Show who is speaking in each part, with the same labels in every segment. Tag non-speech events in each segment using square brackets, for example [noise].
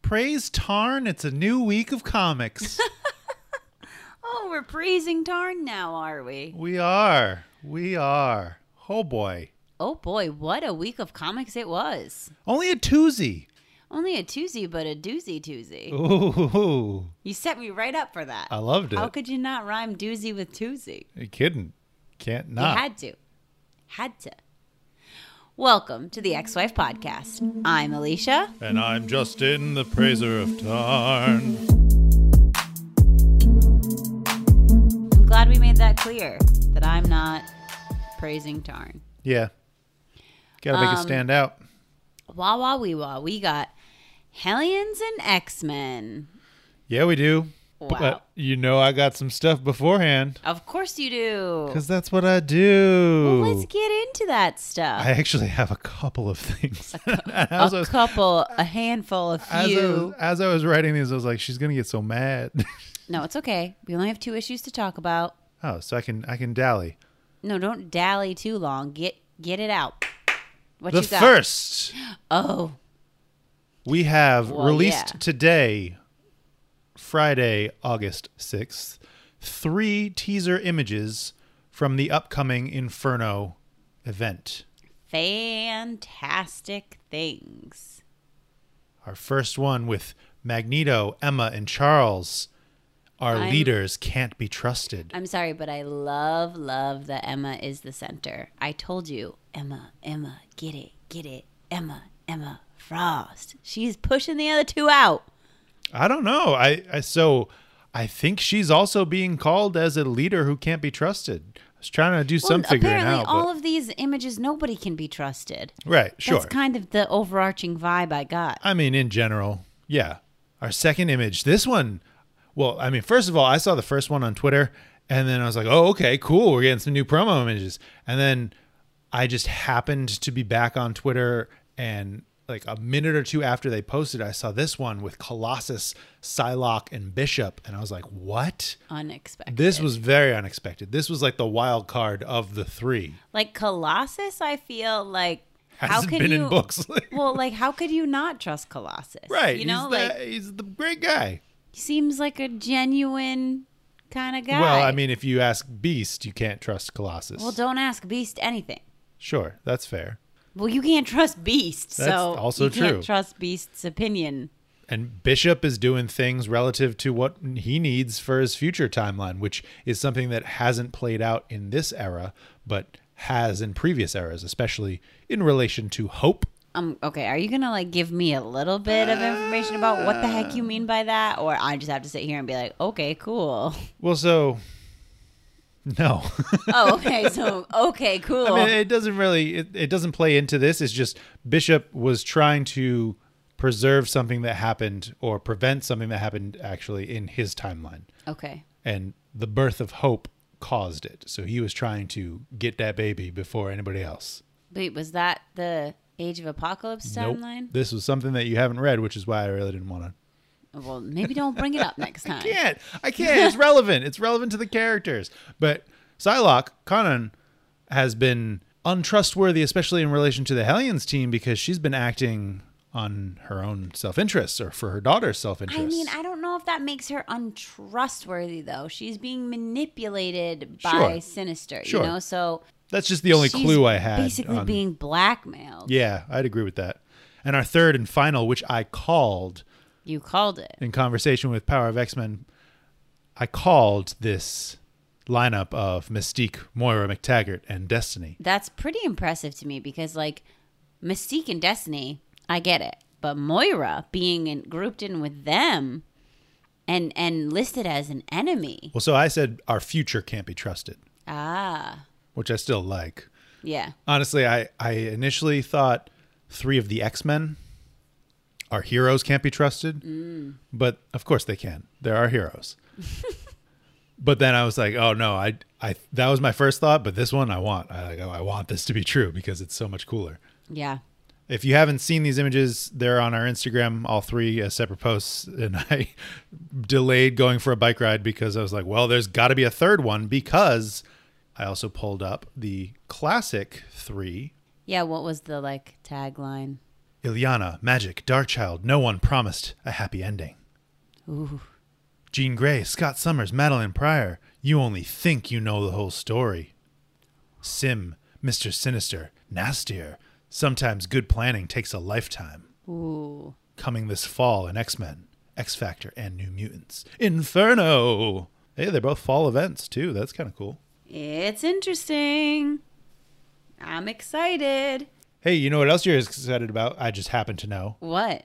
Speaker 1: praise Tarn. It's a new week of
Speaker 2: [laughs]
Speaker 1: comics.
Speaker 2: Oh, we're praising Tarn now, are we?
Speaker 1: we are. We are. Oh boy.
Speaker 2: Oh boy, what a week of comics it was.
Speaker 1: Only a twosie.
Speaker 2: Only a twosie, but a doozy twosie.
Speaker 1: Ooh.
Speaker 2: You set me right up for that.
Speaker 1: I loved it.
Speaker 2: How could you not rhyme doozy with twosie?
Speaker 1: you kidding. Can't
Speaker 2: You
Speaker 1: not.
Speaker 2: had to. Had to. Welcome to the Ex Wife Podcast. I'm Alicia.
Speaker 1: and I'm Justin, the praiser of Tarn.
Speaker 2: I'm glad we made that clear that I'm not praising Tarn.
Speaker 1: Yeah. Gotta make
Speaker 2: Um,
Speaker 1: it stand out.
Speaker 2: Wah wah wee wah. We got Hellions and X Men.
Speaker 1: Yeah, we do.
Speaker 2: Wow.
Speaker 1: But you know I got some stuff beforehand.
Speaker 2: Of course you do.
Speaker 1: Because that's what I do.
Speaker 2: Well, let's get into that stuff.
Speaker 1: I actually have a couple of things. [laughs] As I
Speaker 2: a
Speaker 1: was-
Speaker 2: couple, a handful, a
Speaker 1: as I was-
Speaker 2: few.
Speaker 1: as I was writing these, I was like, she's gonna get so mad.
Speaker 2: No, it's okay. We only have two issues to talk about.
Speaker 1: oh, so I can I can dally.
Speaker 2: No, don't dally too long. Get get it out. What
Speaker 1: the
Speaker 2: you got?
Speaker 1: first
Speaker 2: Oh,
Speaker 1: we have
Speaker 2: Well,
Speaker 1: released
Speaker 2: yeah.
Speaker 1: today, Friday, August sixth, three teaser images from the upcoming Inferno event.
Speaker 2: fantastic things.
Speaker 1: Our first one with Magneto, Emma, and Charles. Our
Speaker 2: I'm-
Speaker 1: leaders can't be trusted.
Speaker 2: I'm sorry, but I love love that Emma is the center. I told you, Emma, Emma, get it, get it, Emma, Emma Frost. She's pushing the other two out.
Speaker 1: I don't know. I, I so I think she's also being called as a leader who can't be trusted. I was trying to do some
Speaker 2: well,
Speaker 1: figuring
Speaker 2: apparently,
Speaker 1: out.
Speaker 2: all
Speaker 1: but,
Speaker 2: of these images, nobody can be trusted.
Speaker 1: right, sure.
Speaker 2: That's kind of the overarching vibe I got.
Speaker 1: I mean, in general, yeah. Our second image, this one, well, I mean, first of all, I saw the first one on Twitter, and then I was like, oh, okay, cool. We're getting some new promo images. And then I just happened to be back on Twitter, and like a minute or two after they posted, I saw this one with Colossus, Psylocke, and Bishop. And I was like, what?
Speaker 2: Unexpected.
Speaker 1: This was very unexpected. This was like the wild card of the three.
Speaker 2: like Colossus. I feel like how
Speaker 1: Hasn't
Speaker 2: could
Speaker 1: been
Speaker 2: you?
Speaker 1: in books.
Speaker 2: [laughs]
Speaker 1: [laughs]
Speaker 2: well, like how could you not trust Colossus?
Speaker 1: right.
Speaker 2: You know,
Speaker 1: he's,
Speaker 2: like
Speaker 1: the, he's the great guy.
Speaker 2: he seems like a genuine kind of guy.
Speaker 1: Well, I mean, if you ask Beast, you can't trust Colossus.
Speaker 2: well, don't ask Beast anything.
Speaker 1: sure, that's fair.
Speaker 2: Well, you can't trust Beast,
Speaker 1: That's
Speaker 2: so
Speaker 1: also
Speaker 2: you
Speaker 1: true.
Speaker 2: can't trust Beast's opinion.
Speaker 1: And Bishop is doing things relative to what he needs for his future timeline, which is something that hasn't played out in this era, but has in previous eras, especially in relation to hope.
Speaker 2: Um. Okay. Are you gonna like give me a little bit of information about what the heck you mean by that, or I just have to sit here and be like,
Speaker 1: [laughs]
Speaker 2: okay, cool. [laughs]
Speaker 1: Well, so no. [laughs]
Speaker 2: oh, okay. So okay, cool.
Speaker 1: I mean, it doesn't really it, it doesn't play into this. It's just Bishop was trying to preserve something that happened or prevent something that happened actually in his timeline.
Speaker 2: okay.
Speaker 1: and the birth of hope caused it. So he was trying to get that baby before anybody else.
Speaker 2: Wait, was that the Age of Apocalypse timeline?
Speaker 1: This was something that you haven't read, which is why I really didn't want to.
Speaker 2: Well, maybe don't bring it up next time.
Speaker 1: Can't [laughs] I can't. It's relevant. It's relevant to the characters. But Psylocke Conan has been untrustworthy, especially in relation to the Hellions team, because she's been acting on her own self interests or for her daughter's self
Speaker 2: I
Speaker 1: interest.
Speaker 2: mean, I don't know if that makes her untrustworthy though. She's being manipulated by
Speaker 1: Sure.
Speaker 2: Sinister,
Speaker 1: Sure.
Speaker 2: you know. So
Speaker 1: that's just the only
Speaker 2: she's
Speaker 1: clue I had.
Speaker 2: Basically
Speaker 1: on-
Speaker 2: being blackmailed.
Speaker 1: yeah, I'd agree with that. And our third and final, which I called
Speaker 2: You called it.
Speaker 1: in conversation with Power of X Men, I called this lineup of Mystique, Moira McTaggart, and Destiny.
Speaker 2: That's pretty impressive to me because like Mystique and Destiny, I get it, but Moira being in, grouped in with them and and listed as an enemy.
Speaker 1: Well, so I said our future can't be trusted,
Speaker 2: Ah,
Speaker 1: which I still like.
Speaker 2: yeah.
Speaker 1: Honestly, I, I initially thought three of the X Men, our heroes, can't be trusted, but of course they can. They're our heroes. but then I was like, oh no, I, I that was my first thought, but this one I want. I like, oh, I want this to be true because it's so much cooler.
Speaker 2: Yeah.
Speaker 1: If you haven't seen these images, they're on our Instagram, all three as separate posts. [laughs] And I delayed going for a bike ride because I was like, well, there's got to be a third one because I also pulled up the classic three.
Speaker 2: Yeah, what was the like tagline?
Speaker 1: Ilyana, Magic, Darkchild, no one promised a happy ending.
Speaker 2: Ooh.
Speaker 1: Jean Grey, Scott Summers, Madeline Pryor, you only think you know the whole story. Sim, Mr. Sinister, nastier. Sometimes good planning takes a lifetime.
Speaker 2: Ooh.
Speaker 1: Coming this fall in X Men, X Factor, and New Mutants. Inferno! Hey, they're both fall events, too. That's kind of cool.
Speaker 2: It's interesting. I'm excited.
Speaker 1: Hey, you know what else you're excited about? I just happen to know.
Speaker 2: What?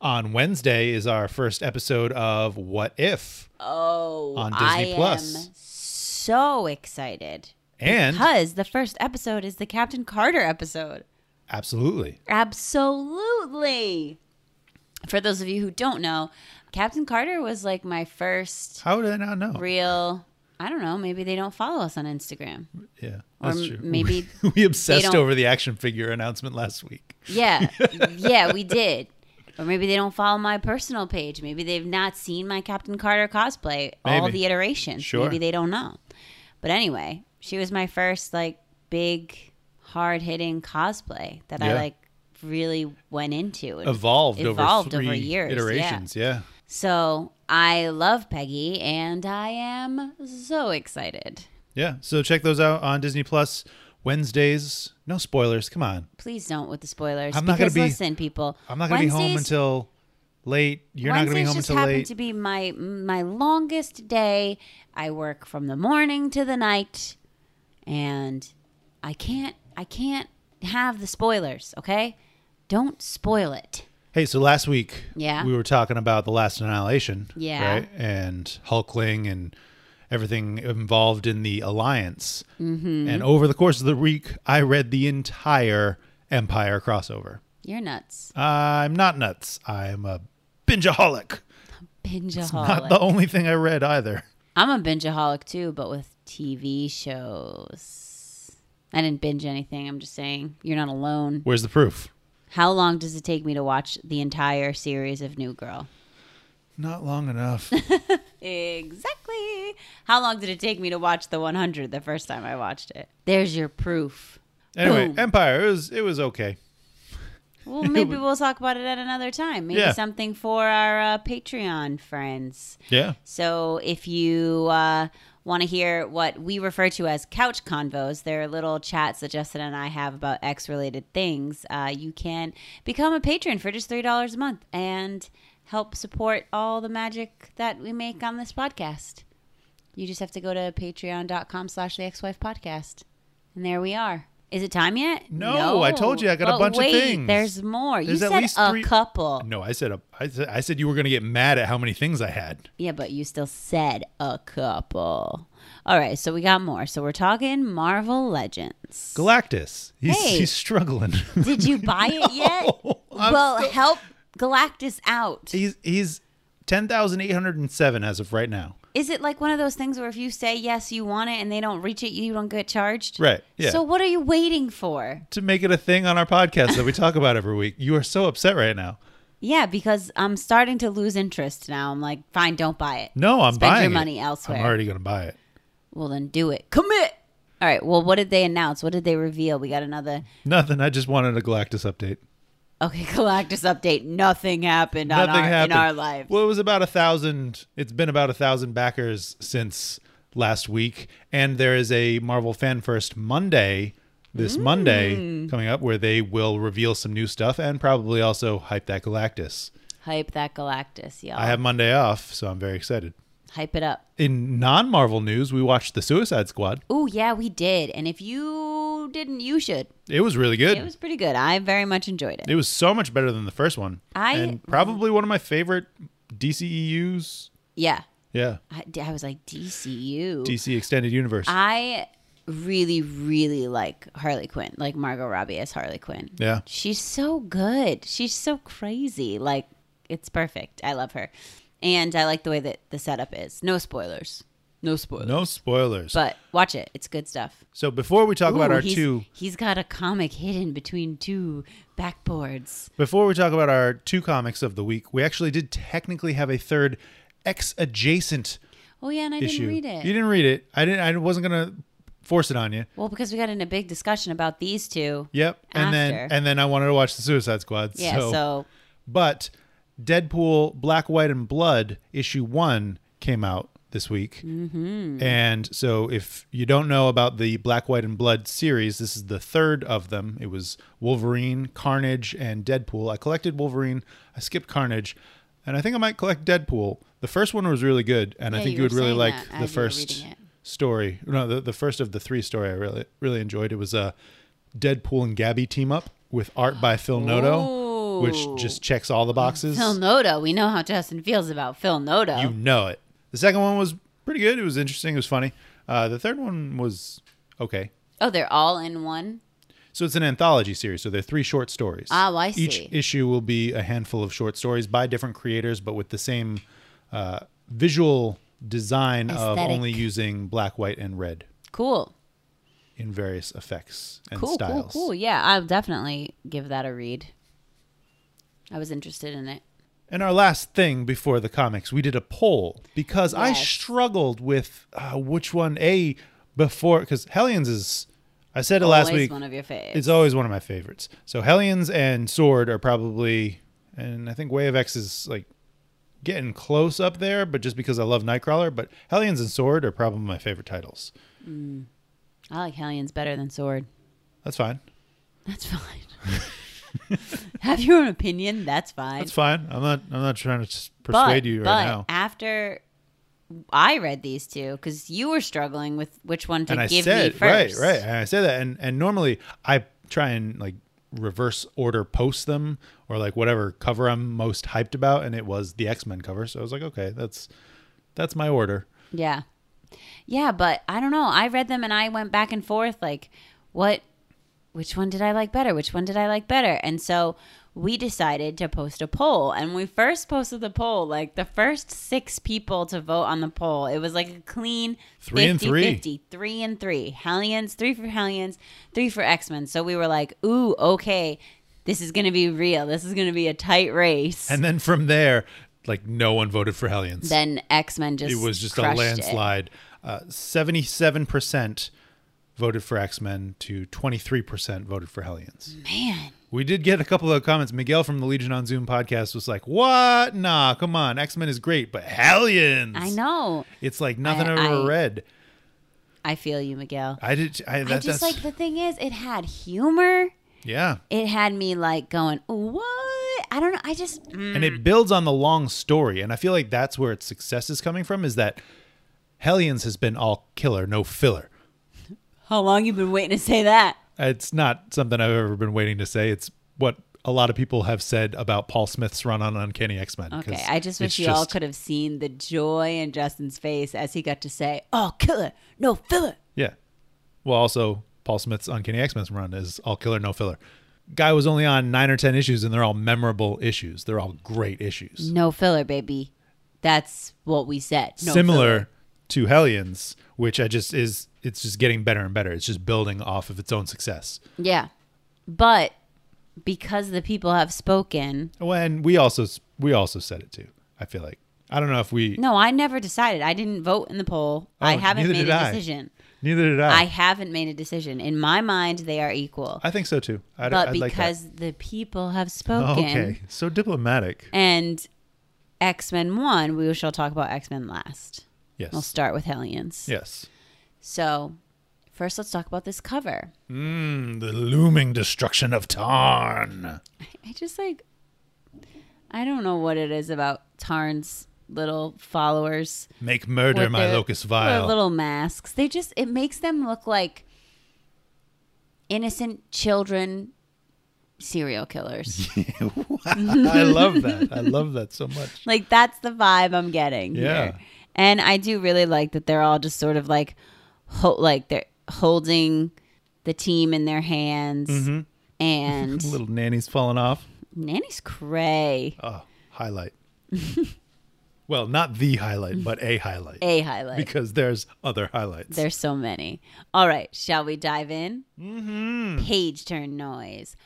Speaker 1: On Wednesday is our first episode of What If?
Speaker 2: Oh,
Speaker 1: On Disney
Speaker 2: I
Speaker 1: Plus.
Speaker 2: am so excited
Speaker 1: And
Speaker 2: because the first episode is the Captain Carter episode.
Speaker 1: absolutely.
Speaker 2: Absolutely. For those of you who don't know, Captain Carter was like my first
Speaker 1: How did I not know?
Speaker 2: real. I don't know. Maybe they don't follow us on Instagram.
Speaker 1: Yeah,
Speaker 2: Or
Speaker 1: that's
Speaker 2: m-
Speaker 1: true.
Speaker 2: maybe
Speaker 1: [laughs] we, obsessed
Speaker 2: don't-
Speaker 1: over the action figure announcement last week. [laughs]
Speaker 2: Yeah. yeah, we did. Or maybe they don't follow my personal page. Maybe they've not seen my Captain Carter cosplay, all
Speaker 1: Maybe.
Speaker 2: the iterations.
Speaker 1: Sure.
Speaker 2: Maybe they don't know. But anyway, she was my first like big hard hitting cosplay that I
Speaker 1: Yeah.
Speaker 2: like really went into. and
Speaker 1: Evolved,
Speaker 2: Evolved
Speaker 1: over
Speaker 2: over
Speaker 1: three
Speaker 2: years, yeah.
Speaker 1: iterations. Yeah.
Speaker 2: So I love Peggy and I am so excited.
Speaker 1: yeah, So check those out on Disney Plus Wednesdays. No spoilers. Come on,
Speaker 2: Please don't with the spoilers.
Speaker 1: I'm not gonna
Speaker 2: because
Speaker 1: be-
Speaker 2: listen, people.
Speaker 1: I'm not gonna be home
Speaker 2: Wednesdays-
Speaker 1: until late. You're not gonna be
Speaker 2: Wednesdays
Speaker 1: home
Speaker 2: just
Speaker 1: until
Speaker 2: happened
Speaker 1: late.
Speaker 2: to be my my longest day. I work from the morning to the night, and I can't I can't have the spoilers. Okay, don't spoil it.
Speaker 1: Hey, so last week,
Speaker 2: Yeah.
Speaker 1: we were talking about the last annihilation,
Speaker 2: Yeah.
Speaker 1: right, and Hulkling and everything involved in the alliance. Mm-hmm. And over the course of the week, I read the entire Empire crossover.
Speaker 2: You're nuts,
Speaker 1: I'm not nuts. I'm a bingeaholic. Not the
Speaker 2: bingeaholic.
Speaker 1: only thing I read either.
Speaker 2: I'm a bingeaholic too, but with TV shows. I didn't binge anything. I'm just saying you're not alone.
Speaker 1: Where's the proof?
Speaker 2: How long does it take me to watch the entire series of New Girl?
Speaker 1: Not long enough.
Speaker 2: [laughs] Exactly. How long did it take me to watch the 100 the first time I watched it? There's your proof.
Speaker 1: [laughs] anyway,
Speaker 2: Boom.
Speaker 1: Empire. It was it was okay.
Speaker 2: Well, maybe we'll talk about it at another time. Maybe
Speaker 1: Yeah.
Speaker 2: something for our uh, Patreon friends.
Speaker 1: Yeah.
Speaker 2: So if you uh, want to hear what we refer to as couch convos, they're little chats that Justin and I have about X related things, uh, you can become a patron for just $3 a month and help support all the magic that we make on this podcast. You just have to go to patreon.com slash the ex-wife podcast. And there we are. Is it time yet?
Speaker 1: No, I told you I got a
Speaker 2: But
Speaker 1: bunch of
Speaker 2: wait,
Speaker 1: things.
Speaker 2: There's more.
Speaker 1: There's
Speaker 2: you
Speaker 1: at
Speaker 2: said
Speaker 1: least
Speaker 2: a
Speaker 1: three-
Speaker 2: couple.
Speaker 1: No, I said a, I said I said you were gonna get mad at how many things I had.
Speaker 2: Yeah, but you still said a couple. All right, so we got more. So we're talking Marvel Legends.
Speaker 1: Galactus. He's
Speaker 2: Hey.
Speaker 1: he's struggling.
Speaker 2: [laughs] Did you buy it yet?
Speaker 1: I'm
Speaker 2: well,
Speaker 1: still-
Speaker 2: help Galactus out.
Speaker 1: [laughs] he's he's ten thousand eight hundred and seven as of right now.
Speaker 2: Is it like one of those things where if you say yes, you want it, and they don't reach it, you don't get charged?
Speaker 1: Right, yeah.
Speaker 2: So what are you waiting for?
Speaker 1: To make it a thing on our podcast that we talk about every week. You are so upset right now.
Speaker 2: Yeah, because I'm starting to lose interest now. I'm like, fine, don't buy it.
Speaker 1: No, I'm
Speaker 2: Spend
Speaker 1: buying
Speaker 2: your
Speaker 1: it.
Speaker 2: money elsewhere.
Speaker 1: I'm already gonna buy it.
Speaker 2: Well, then do it. Commit. All right. Well, what did they announce? What did they reveal? We got another
Speaker 1: Nothing. I just wanted a Galactus update.
Speaker 2: Okay, [laughs] Galactus update. Nothing happened on
Speaker 1: Nothing
Speaker 2: our,
Speaker 1: happened
Speaker 2: in our life.
Speaker 1: Well, it was about a thousand. It's been about a thousand backers since last week, and there is a Marvel Fan First Monday this
Speaker 2: Mm.
Speaker 1: Monday coming up where they will reveal some new stuff and probably also hype that Galactus.
Speaker 2: Hype that Galactus, y'all.
Speaker 1: I have Monday off, so I'm very excited.
Speaker 2: Hype it up.
Speaker 1: In non-Marvel news, we watched The Suicide Squad.
Speaker 2: Oh yeah, we did. And if you didn't, you should.
Speaker 1: It was really good.
Speaker 2: It was pretty good. I very much enjoyed it.
Speaker 1: It was so much better than the first one.
Speaker 2: I-
Speaker 1: and probably one of my favorite DCEUs.
Speaker 2: Yeah,
Speaker 1: Yeah.
Speaker 2: I, I was like DCU.
Speaker 1: DC Extended Universe.
Speaker 2: I really, really like Harley Quinn, like Margot Robbie as Harley Quinn.
Speaker 1: yeah.
Speaker 2: She's so good. She's so crazy. Like it's perfect. I love her, and I like the way that the setup is. No spoilers. No spoilers.
Speaker 1: No spoilers.
Speaker 2: But watch it. It's good stuff.
Speaker 1: so before we talk about
Speaker 2: Ooh,
Speaker 1: our
Speaker 2: he's-
Speaker 1: two
Speaker 2: He's got a comic hidden between two backboards.
Speaker 1: before we talk about our two comics of the week, we actually did technically have a third X adjacent
Speaker 2: Oh yeah, and I
Speaker 1: issue.
Speaker 2: didn't read it.
Speaker 1: You didn't read it. I didn't I wasn't gonna force it on you.
Speaker 2: Well, because we got in a big discussion about these two.
Speaker 1: Yep. And then
Speaker 2: After.
Speaker 1: and then I wanted to watch the Suicide Squad.
Speaker 2: Yeah, so,
Speaker 1: but Deadpool Black, White, and Blood issue one came out this week. Mm-hmm. And so, if you don't know about the Black, White, and Blood series, this is the third of them. It was Wolverine, Carnage, and Deadpool. I collected Wolverine, I skipped Carnage, and I think I might collect Deadpool. The first one was really good, and I
Speaker 2: Yeah,
Speaker 1: think
Speaker 2: you
Speaker 1: you would
Speaker 2: were
Speaker 1: really
Speaker 2: saying
Speaker 1: like
Speaker 2: that as you
Speaker 1: the
Speaker 2: were
Speaker 1: first
Speaker 2: reading it.
Speaker 1: story. No, the, the first of the three story I really really enjoyed. It was a Deadpool and Gabby team up with art by Phil Noto,
Speaker 2: Ooh.
Speaker 1: which just checks all the boxes.
Speaker 2: Phil Noto. We know how Justin feels about Phil Noto.
Speaker 1: You know it. The second one was pretty good. It was interesting. It was funny. Uh, the third one was okay.
Speaker 2: oh, they're all in one.
Speaker 1: So it's an anthology series. So they're three short stories.
Speaker 2: Oh, I
Speaker 1: Each
Speaker 2: see.
Speaker 1: issue will be a handful of short stories by different creators, but with the same uh, visual design of
Speaker 2: Aesthetic.
Speaker 1: only using black, white, and red
Speaker 2: Cool.
Speaker 1: in various effects and
Speaker 2: Cool,
Speaker 1: styles.
Speaker 2: cool, cool. Yeah, I'll definitely give that a read. I was interested in it.
Speaker 1: And our last thing before the comics, we did a poll because I
Speaker 2: Yes.
Speaker 1: struggled with uh, which one a before because Hellions is. I said it last
Speaker 2: Always
Speaker 1: week.
Speaker 2: one of your faves.
Speaker 1: It's always one of my favorites. So Hellions and Sword are probably, and I think Way of X is like getting close up there, but just because I love Nightcrawler. But Hellions and Sword are probably my favorite titles.
Speaker 2: I like Hellions better than Sword. [laughs]
Speaker 1: That's fine.
Speaker 2: That's fine. [laughs] Have your own opinion. That's fine.
Speaker 1: That's fine. I'm not. I'm not trying to s-
Speaker 2: but,
Speaker 1: persuade you
Speaker 2: but
Speaker 1: right now.
Speaker 2: after I read these two, because you were struggling with which one to
Speaker 1: and I
Speaker 2: give
Speaker 1: said
Speaker 2: me first.
Speaker 1: right, right. And I say that, and and normally I try and like reverse order post them or like whatever cover I'm most hyped about, and it was the X Men cover. So I was like, okay, that's that's my order.
Speaker 2: Yeah. Yeah, but I don't know. I read them and I went back and forth like what which one did I like better? Which one did I like better? And so we decided to post a poll. And we first posted the poll, like the first 6 people to vote on the poll. It was like a clean
Speaker 1: Three and three.
Speaker 2: 50, 3 and 3. Hellions, 3 for Hellions, 3 for X-Men. So we were like, "Ooh, okay. This is going to be real. This is going to be a tight race."
Speaker 1: And then from there, like no one voted for Hellions.
Speaker 2: then X-Men just
Speaker 1: it was just a
Speaker 2: crushed it.
Speaker 1: landslide. Uh, 77% voted for X Men to 23% voted for Hellions.
Speaker 2: Man.
Speaker 1: We did get a couple of comments. Miguel from the Legion on Zoom podcast was like, What? Nah, come on. X Men is great, but Hellions.
Speaker 2: I know.
Speaker 1: It's like nothing
Speaker 2: I-
Speaker 1: I've ever
Speaker 2: I-
Speaker 1: read.
Speaker 2: I feel you, Miguel.
Speaker 1: I did. I, that,
Speaker 2: I
Speaker 1: that's,
Speaker 2: just like the thing is, it had humor.
Speaker 1: Yeah.
Speaker 2: It had me like going, what? I don't know. I just, mm,
Speaker 1: and it builds on the long story and i feel like that's where its success is coming from is that hellions has been all killer no filler
Speaker 2: how long you been waiting to say that?
Speaker 1: it's not something i've ever been waiting to say it's what a lot of people have said about paul smith's run on uncanny x-men 'cause
Speaker 2: Okay, I just
Speaker 1: it's
Speaker 2: wish you all
Speaker 1: just-
Speaker 2: could have seen the joy in Justin's face as he got to say, "Oh, killer, no filler."
Speaker 1: yeah well also paul smith's uncanny x-men run is all killer no filler guy was only on nine or ten issues and they're all memorable issues they're all great issues
Speaker 2: No filler, baby. That's what we said. No
Speaker 1: similar
Speaker 2: filler.
Speaker 1: to hellions which i just is it's just getting better and better it's just building off of its own success
Speaker 2: Yeah, but because the people have spoken.
Speaker 1: When we also we also said it too. I feel like I don't know if we
Speaker 2: No, I never decided. I didn't vote in the poll. I
Speaker 1: Oh,
Speaker 2: haven't
Speaker 1: neither
Speaker 2: made
Speaker 1: did
Speaker 2: a
Speaker 1: I. Oh.
Speaker 2: decision.
Speaker 1: neither did
Speaker 2: I
Speaker 1: I. I,
Speaker 2: haven't made a decision. In my mind, they are equal.
Speaker 1: think so too. I'd,
Speaker 2: but
Speaker 1: I'd like
Speaker 2: because the people have
Speaker 1: that.
Speaker 2: spoken
Speaker 1: okay, so diplomatic.
Speaker 2: and X Men 1, we shall talk about X Men last.
Speaker 1: Yes,
Speaker 2: We'll start with Hellions.
Speaker 1: yes.
Speaker 2: So, first, let's talk about this cover.
Speaker 1: Mm, the looming destruction of Tarn.
Speaker 2: I just like, I don't know what it is about Tarn's little followers.
Speaker 1: Make murder
Speaker 2: with
Speaker 1: my
Speaker 2: their-
Speaker 1: locust
Speaker 2: their
Speaker 1: vile.
Speaker 2: little masks. They just it makes them look like innocent children
Speaker 1: [laughs]
Speaker 2: serial killers.
Speaker 1: [laughs] I
Speaker 2: [laughs]
Speaker 1: love that. I love that so much.
Speaker 2: like that's the vibe I'm getting.
Speaker 1: Yeah.
Speaker 2: here. And I do really like that they're all just sort of like ho- like they're holding the team in their hands and
Speaker 1: Mm-hmm. [laughs] little nanny's falling off.
Speaker 2: Nanny's cray.
Speaker 1: Oh, highlight.
Speaker 2: [laughs]
Speaker 1: well, not the highlight, but a highlight
Speaker 2: A highlight.
Speaker 1: because there's other highlights.
Speaker 2: There's so many. All right, shall we dive in? Mm-hmm. Page turn noise.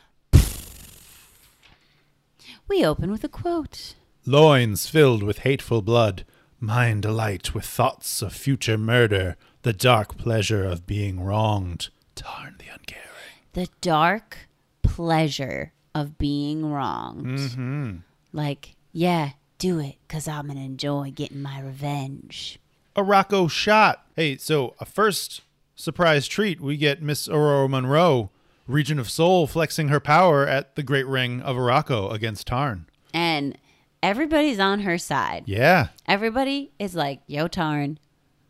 Speaker 2: We open with a quote.
Speaker 1: loins filled with hateful blood, mind alight with thoughts of future murder, the dark pleasure of being wronged. Darn the uncaring.
Speaker 2: The dark pleasure of being wronged.
Speaker 1: Mm-hmm.
Speaker 2: Like, yeah, do it because I'm going to enjoy getting my revenge.
Speaker 1: A Rocco shot. Hey, so a first surprise treat we get Miss Aurora Monroe, Regent of Soul, flexing her power at the Great Ring of Araco against Tarn.
Speaker 2: And everybody's on her side.
Speaker 1: Yeah,
Speaker 2: Everybody is like, yo, Tarn,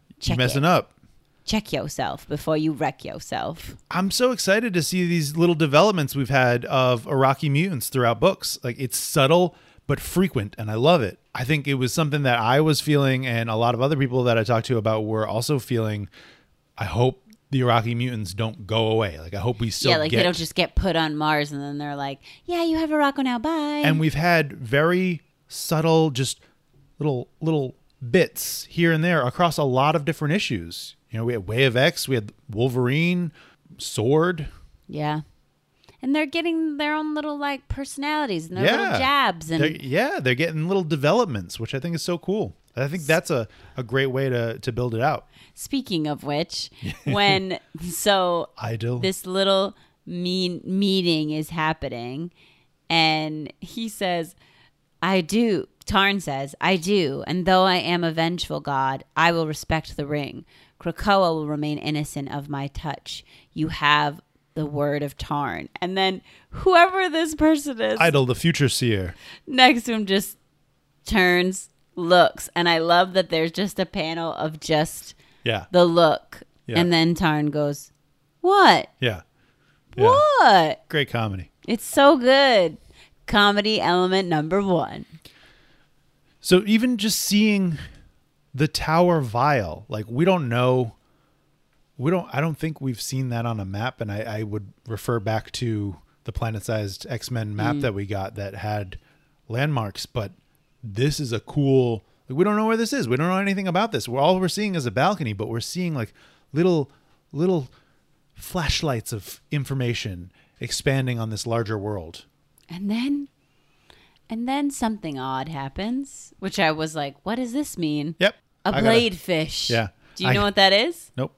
Speaker 1: you
Speaker 2: check,
Speaker 1: messing
Speaker 2: it.
Speaker 1: up.
Speaker 2: check yourself before you wreck yourself.
Speaker 1: I'm so excited to see these little developments we've had of Iraqi mutants throughout books. Like it's subtle but frequent, and I love it. I think it was something that I was feeling, and a lot of other people that I talked to about were also feeling. I hope the Iraqi mutants don't go away. Like I hope we still
Speaker 2: yeah, like
Speaker 1: get
Speaker 2: they don't just get put on Mars and then they're like, yeah, you have a Rocco now, bye.
Speaker 1: and we've had very subtle just little little bits here and there across a lot of different issues you know we had way of x we had wolverine sword
Speaker 2: yeah. And they're getting their own little like personalities and their
Speaker 1: Yeah.
Speaker 2: little jabs and
Speaker 1: They're- yeah they're getting little developments which i think is so cool i think that's a, a great way to, to build it out
Speaker 2: Speaking of
Speaker 1: [laughs]
Speaker 2: which, when so
Speaker 1: idol
Speaker 2: this little mean meeting is happening, and he says, "I do." Tarn says, "I do." And though I am a vengeful god, I will respect the ring. Krakoa will remain innocent of my touch. You have the word of Tarn. And then whoever this person is
Speaker 1: idol the future seer
Speaker 2: next to him just turns, looks, and I love that there's just a panel of just
Speaker 1: yeah
Speaker 2: the look.
Speaker 1: Yeah.
Speaker 2: And then Tarn goes, What?
Speaker 1: yeah
Speaker 2: What?
Speaker 1: great comedy
Speaker 2: It's so good. Comedy element number one.
Speaker 1: So even just seeing the tower vial, like we don't know, we don't. I don't think we've seen that on a map, and I, I would refer back to the planet-sized X-Men map
Speaker 2: Mm.
Speaker 1: that we got that had landmarks. But this is a cool. Like, we don't know where this is. We don't know anything about this. We're, all we're seeing is a balcony, but we're seeing like little little flashlights of information expanding on this larger world.
Speaker 2: And then and then something odd happens, which I was like, what does this mean?
Speaker 1: Yep. I
Speaker 2: A
Speaker 1: gotta-
Speaker 2: blade fish.
Speaker 1: Yeah.
Speaker 2: Do you
Speaker 1: I-
Speaker 2: know what that is?
Speaker 1: Nope.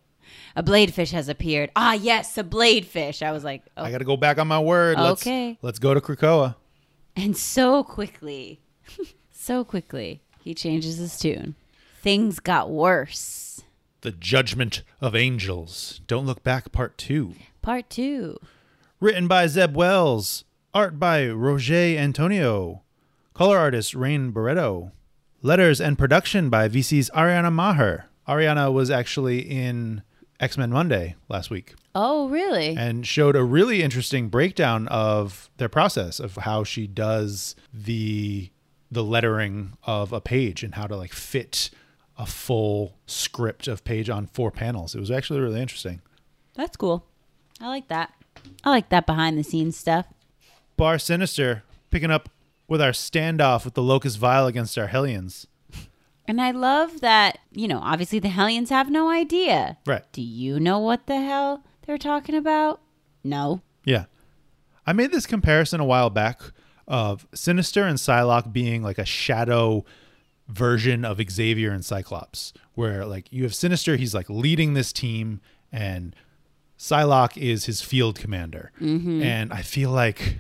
Speaker 2: A blade fish has appeared. Ah, yes, a blade fish. I was like, oh.
Speaker 1: I got to go back on my word. Let's-
Speaker 2: Okay.
Speaker 1: Let's, go to Krakoa.
Speaker 2: And so quickly, [laughs] so quickly, he changes his tune. Things got worse.
Speaker 1: The Judgment of Angels. Don't Look Back, Part 2.
Speaker 2: Part two.
Speaker 1: Written by Zeb Wells. Art by Roger Antonio. Color artist Rain Barreto. Letters and production by VC's Ariana Maher. Ariana was actually in X Men Monday last week
Speaker 2: Oh, really?
Speaker 1: and showed a really interesting breakdown of their process of how she does the the lettering of a page and how to like fit a full script of page on four panels. It was actually really interesting.
Speaker 2: That's cool. I like that. I like that behind the scenes stuff.
Speaker 1: Bar Sinister picking up with our standoff with the Locust Vile against our Hellions.
Speaker 2: And I love that, you know, obviously the Hellions have no idea.
Speaker 1: Right.
Speaker 2: Do you know what the hell they're talking about? No.
Speaker 1: Yeah. I made this comparison a while back of Sinister and Psylocke being like a shadow version of Xavier and Cyclops, where like you have Sinister, he's like leading this team, and Psylocke is his field commander. And I feel like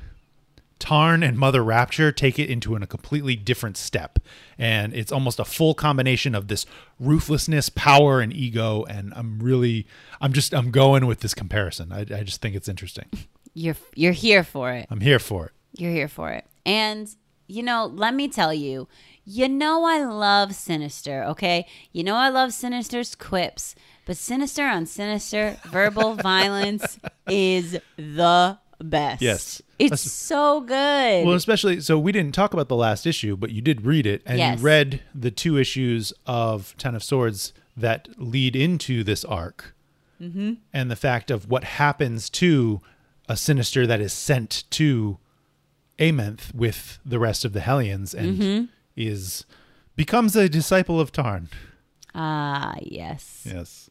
Speaker 1: Tarn and Mother Rapture take it into an, a completely different step. And it's almost a full combination of this ruthlessness, power, and ego. And I'm really, I'm just, I'm going with this comparison. I, I just think it's interesting.
Speaker 2: You're you're here for it.
Speaker 1: I'm here for it.
Speaker 2: You're here for it. And, you know, let me tell you, you know, I love Sinister, okay? You know, I love Sinister's quips, but Sinister on Sinister,
Speaker 1: [laughs]
Speaker 2: verbal violence is the best.
Speaker 1: Yes.
Speaker 2: It's
Speaker 1: That's-
Speaker 2: so good.
Speaker 1: Well, especially so we didn't talk about the last issue, but you did read it and
Speaker 2: Yes.
Speaker 1: you read the two issues of Ten of Swords that lead into this arc, mm-hmm. and the fact of what happens to a sinister that is sent to Amenth with the rest of the Hellions and is becomes a disciple of Tarn.
Speaker 2: ah, yes.
Speaker 1: Yes.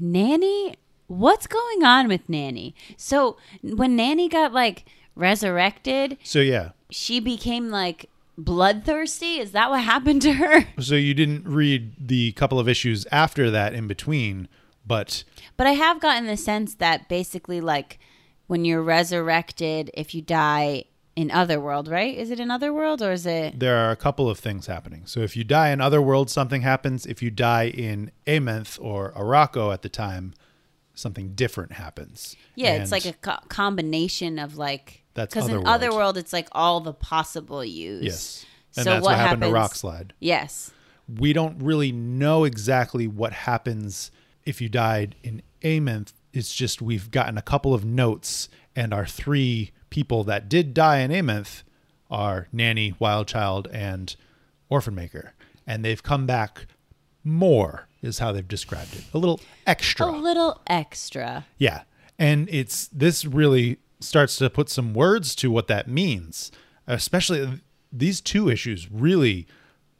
Speaker 2: Nanny, what's going on with Nanny? So when Nanny got like resurrected,
Speaker 1: So yeah,
Speaker 2: she became like bloodthirsty? Is that what happened to her? [laughs]
Speaker 1: So you didn't read the couple of issues after that in between, but
Speaker 2: But I have gotten the sense that basically, like, when you're resurrected, if you die in other world, right? Is it in other world or is it?
Speaker 1: there are a couple of things happening. So if you die in Otherworld, something happens. If you die in Amenth or Araco at the time, something different happens.
Speaker 2: Yeah, it's
Speaker 1: And
Speaker 2: like a co- combination of like
Speaker 1: That's
Speaker 2: because in
Speaker 1: Otherworld.
Speaker 2: other world, it's like all the possible use.
Speaker 1: yes, and
Speaker 2: So
Speaker 1: that's
Speaker 2: what
Speaker 1: what, happened
Speaker 2: happens-
Speaker 1: to Rock Slide.
Speaker 2: Yes.
Speaker 1: We don't really know exactly what happens if you died in Amenth. It's just we've gotten a couple of notes, and our three people that did die in Amenth are Nanny, Wild Child, and Orphan Maker, and they've come back more is how they've described it. A little extra.
Speaker 2: A little extra.
Speaker 1: Yeah. And it's this really starts to put some words to what that means. Especially these two issues really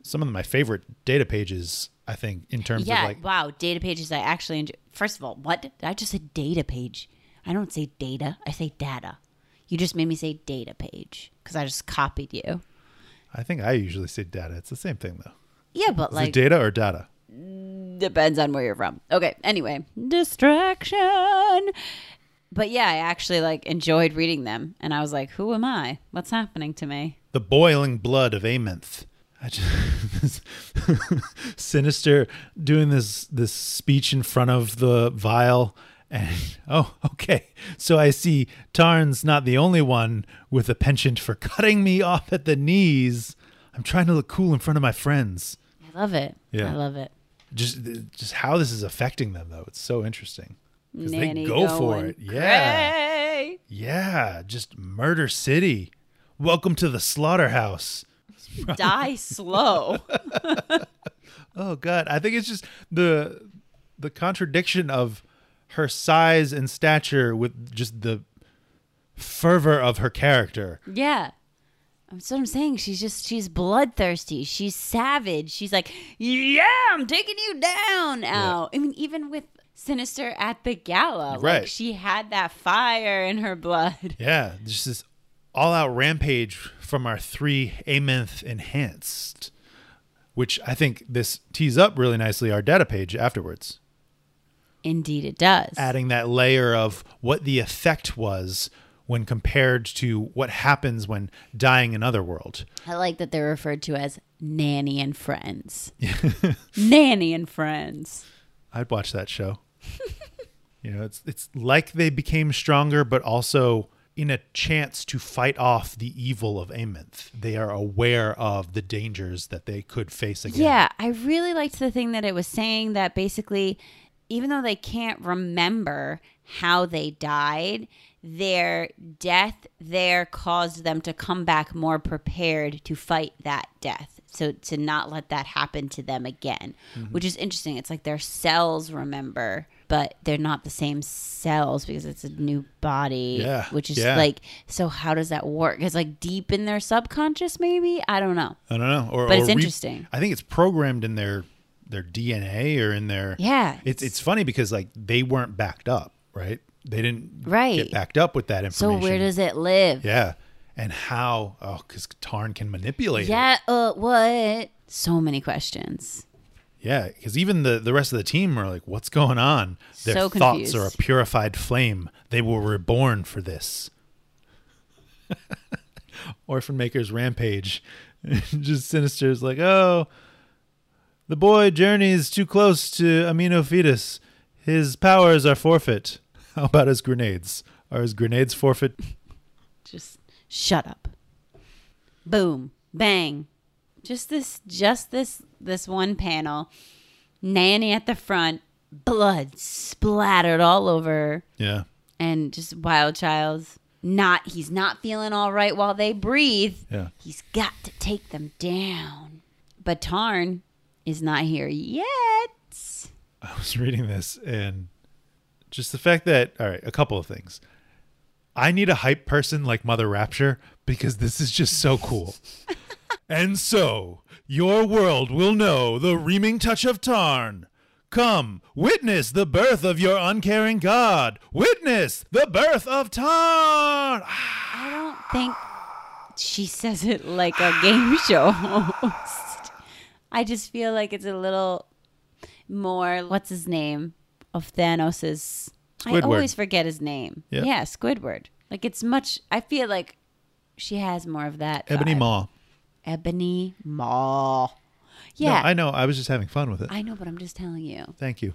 Speaker 1: some of my favorite data pages, I think, in terms
Speaker 2: Yeah.
Speaker 1: of like
Speaker 2: wow. Data pages. I actually enjoy. First of all, what did I just say? Data page. I don't say data. I say data. You just made me say data page because I just copied you.
Speaker 1: I think I usually say data. It's the same thing though.
Speaker 2: Yeah, but
Speaker 1: Is
Speaker 2: like
Speaker 1: it data or data?
Speaker 2: depends on where you're from. Okay, anyway, distraction. But yeah, I actually like enjoyed reading them, and I was like, "Who am I? What's happening to me?"
Speaker 1: The boiling blood of Amenth. I just [laughs] sinister doing this this speech in front of the vial and oh okay so i see tarn's not the only one with a penchant for cutting me off at the knees i'm trying to look cool in front of my friends
Speaker 2: I love it.
Speaker 1: Yeah.
Speaker 2: I love it.
Speaker 1: just just how this is affecting them though it's so interesting 'Cause
Speaker 2: Nanny
Speaker 1: they go for
Speaker 2: going
Speaker 1: it yeah
Speaker 2: cray. [laughs]
Speaker 1: yeah just murder city welcome to the slaughterhouse
Speaker 2: die slow.
Speaker 1: Oh god, I think it's just the the contradiction of her size and stature with just the fervor of her character.
Speaker 2: yeah. That's what I'm saying. She's just she's bloodthirsty. She's savage. She's like, yeah, I'm taking you down. Ow. I mean, even with Sinister at the gala, like
Speaker 1: Right.
Speaker 2: she had that fire in her blood. [laughs]
Speaker 1: Yeah, just this all-out rampage from our three Amenth enhanced, which I think this tees up really nicely our data page afterwards.
Speaker 2: Indeed, it does.
Speaker 1: adding that layer of what the effect was when compared to what happens when dying in other world.
Speaker 2: I like that they're referred to as nanny and friends. nanny and friends.
Speaker 1: I'd watch that show. [laughs] you know, it's it's like they became stronger, but also in a chance to fight off the evil of Amenth. They are aware of the dangers that they could face again.
Speaker 2: Yeah, I really liked the thing that it was saying that basically, even though they can't remember how they died, their death there caused them to come back more prepared to fight that death. So to not let that happen to them again,
Speaker 1: Mm-hmm.
Speaker 2: which is interesting. It's like their cells remember, but they're not the same cells because it's a new body.
Speaker 1: Yeah,
Speaker 2: Which is
Speaker 1: yeah.
Speaker 2: like, so how does that work? It's like deep in their subconscious, maybe? I don't know.
Speaker 1: I don't know. Or,
Speaker 2: But
Speaker 1: or
Speaker 2: it's interesting.
Speaker 1: I think it's programmed in their their DNA or in their
Speaker 2: Yeah.
Speaker 1: It's it's funny because like they weren't backed up, right? They didn't
Speaker 2: Right.
Speaker 1: get backed up with that
Speaker 2: So
Speaker 1: information.
Speaker 2: where does it live?
Speaker 1: yeah, and how? Oh, because Tarn can manipulate. it.
Speaker 2: Yeah, uh, what? So many questions.
Speaker 1: Yeah, because even the, the rest of the team are like, what's going on? Their
Speaker 2: So
Speaker 1: thoughts are a
Speaker 2: confused.
Speaker 1: purified flame. They were reborn for this. [laughs] Orphan Maker's Rampage. [laughs] Just Sinister is like, oh, the boy journeys too close to Amino Fetus. His powers are forfeit. [laughs] How about his grenades? Are his grenades forfeit? [laughs]
Speaker 2: Just shut up. Boom, bang. Just this, just this, this one panel. Nanny at the front, blood splattered all over,
Speaker 1: Yeah.
Speaker 2: and just wild child's not. He's not feeling all right while they breathe.
Speaker 1: Yeah.
Speaker 2: He's got to take them down. But Tarn is not here yet.
Speaker 1: I [laughs] was reading this and just the fact that all right, a couple of things. I need a hype person like Mother Rapture because this is just so
Speaker 2: [laughs]
Speaker 1: cool. and so your world will know the reaming touch of Tarn. Come, witness the birth of your uncaring god. Witness the birth of Tarn. Ah,
Speaker 2: I don't think She says it like a game [laughs] show host. I just feel like it's a little more. What's his name of Thanos's? I
Speaker 1: Squidward.
Speaker 2: always forget his name.
Speaker 1: Yeah.
Speaker 2: Yeah, Squidward. Like it's much. I feel like she has more of that.
Speaker 1: Ebony
Speaker 2: vibe.
Speaker 1: Maw.
Speaker 2: Ebony Maw.
Speaker 1: No,
Speaker 2: Yeah,
Speaker 1: I know. I was just having fun with it.
Speaker 2: I, know, but I'm just telling you.
Speaker 1: Thank you.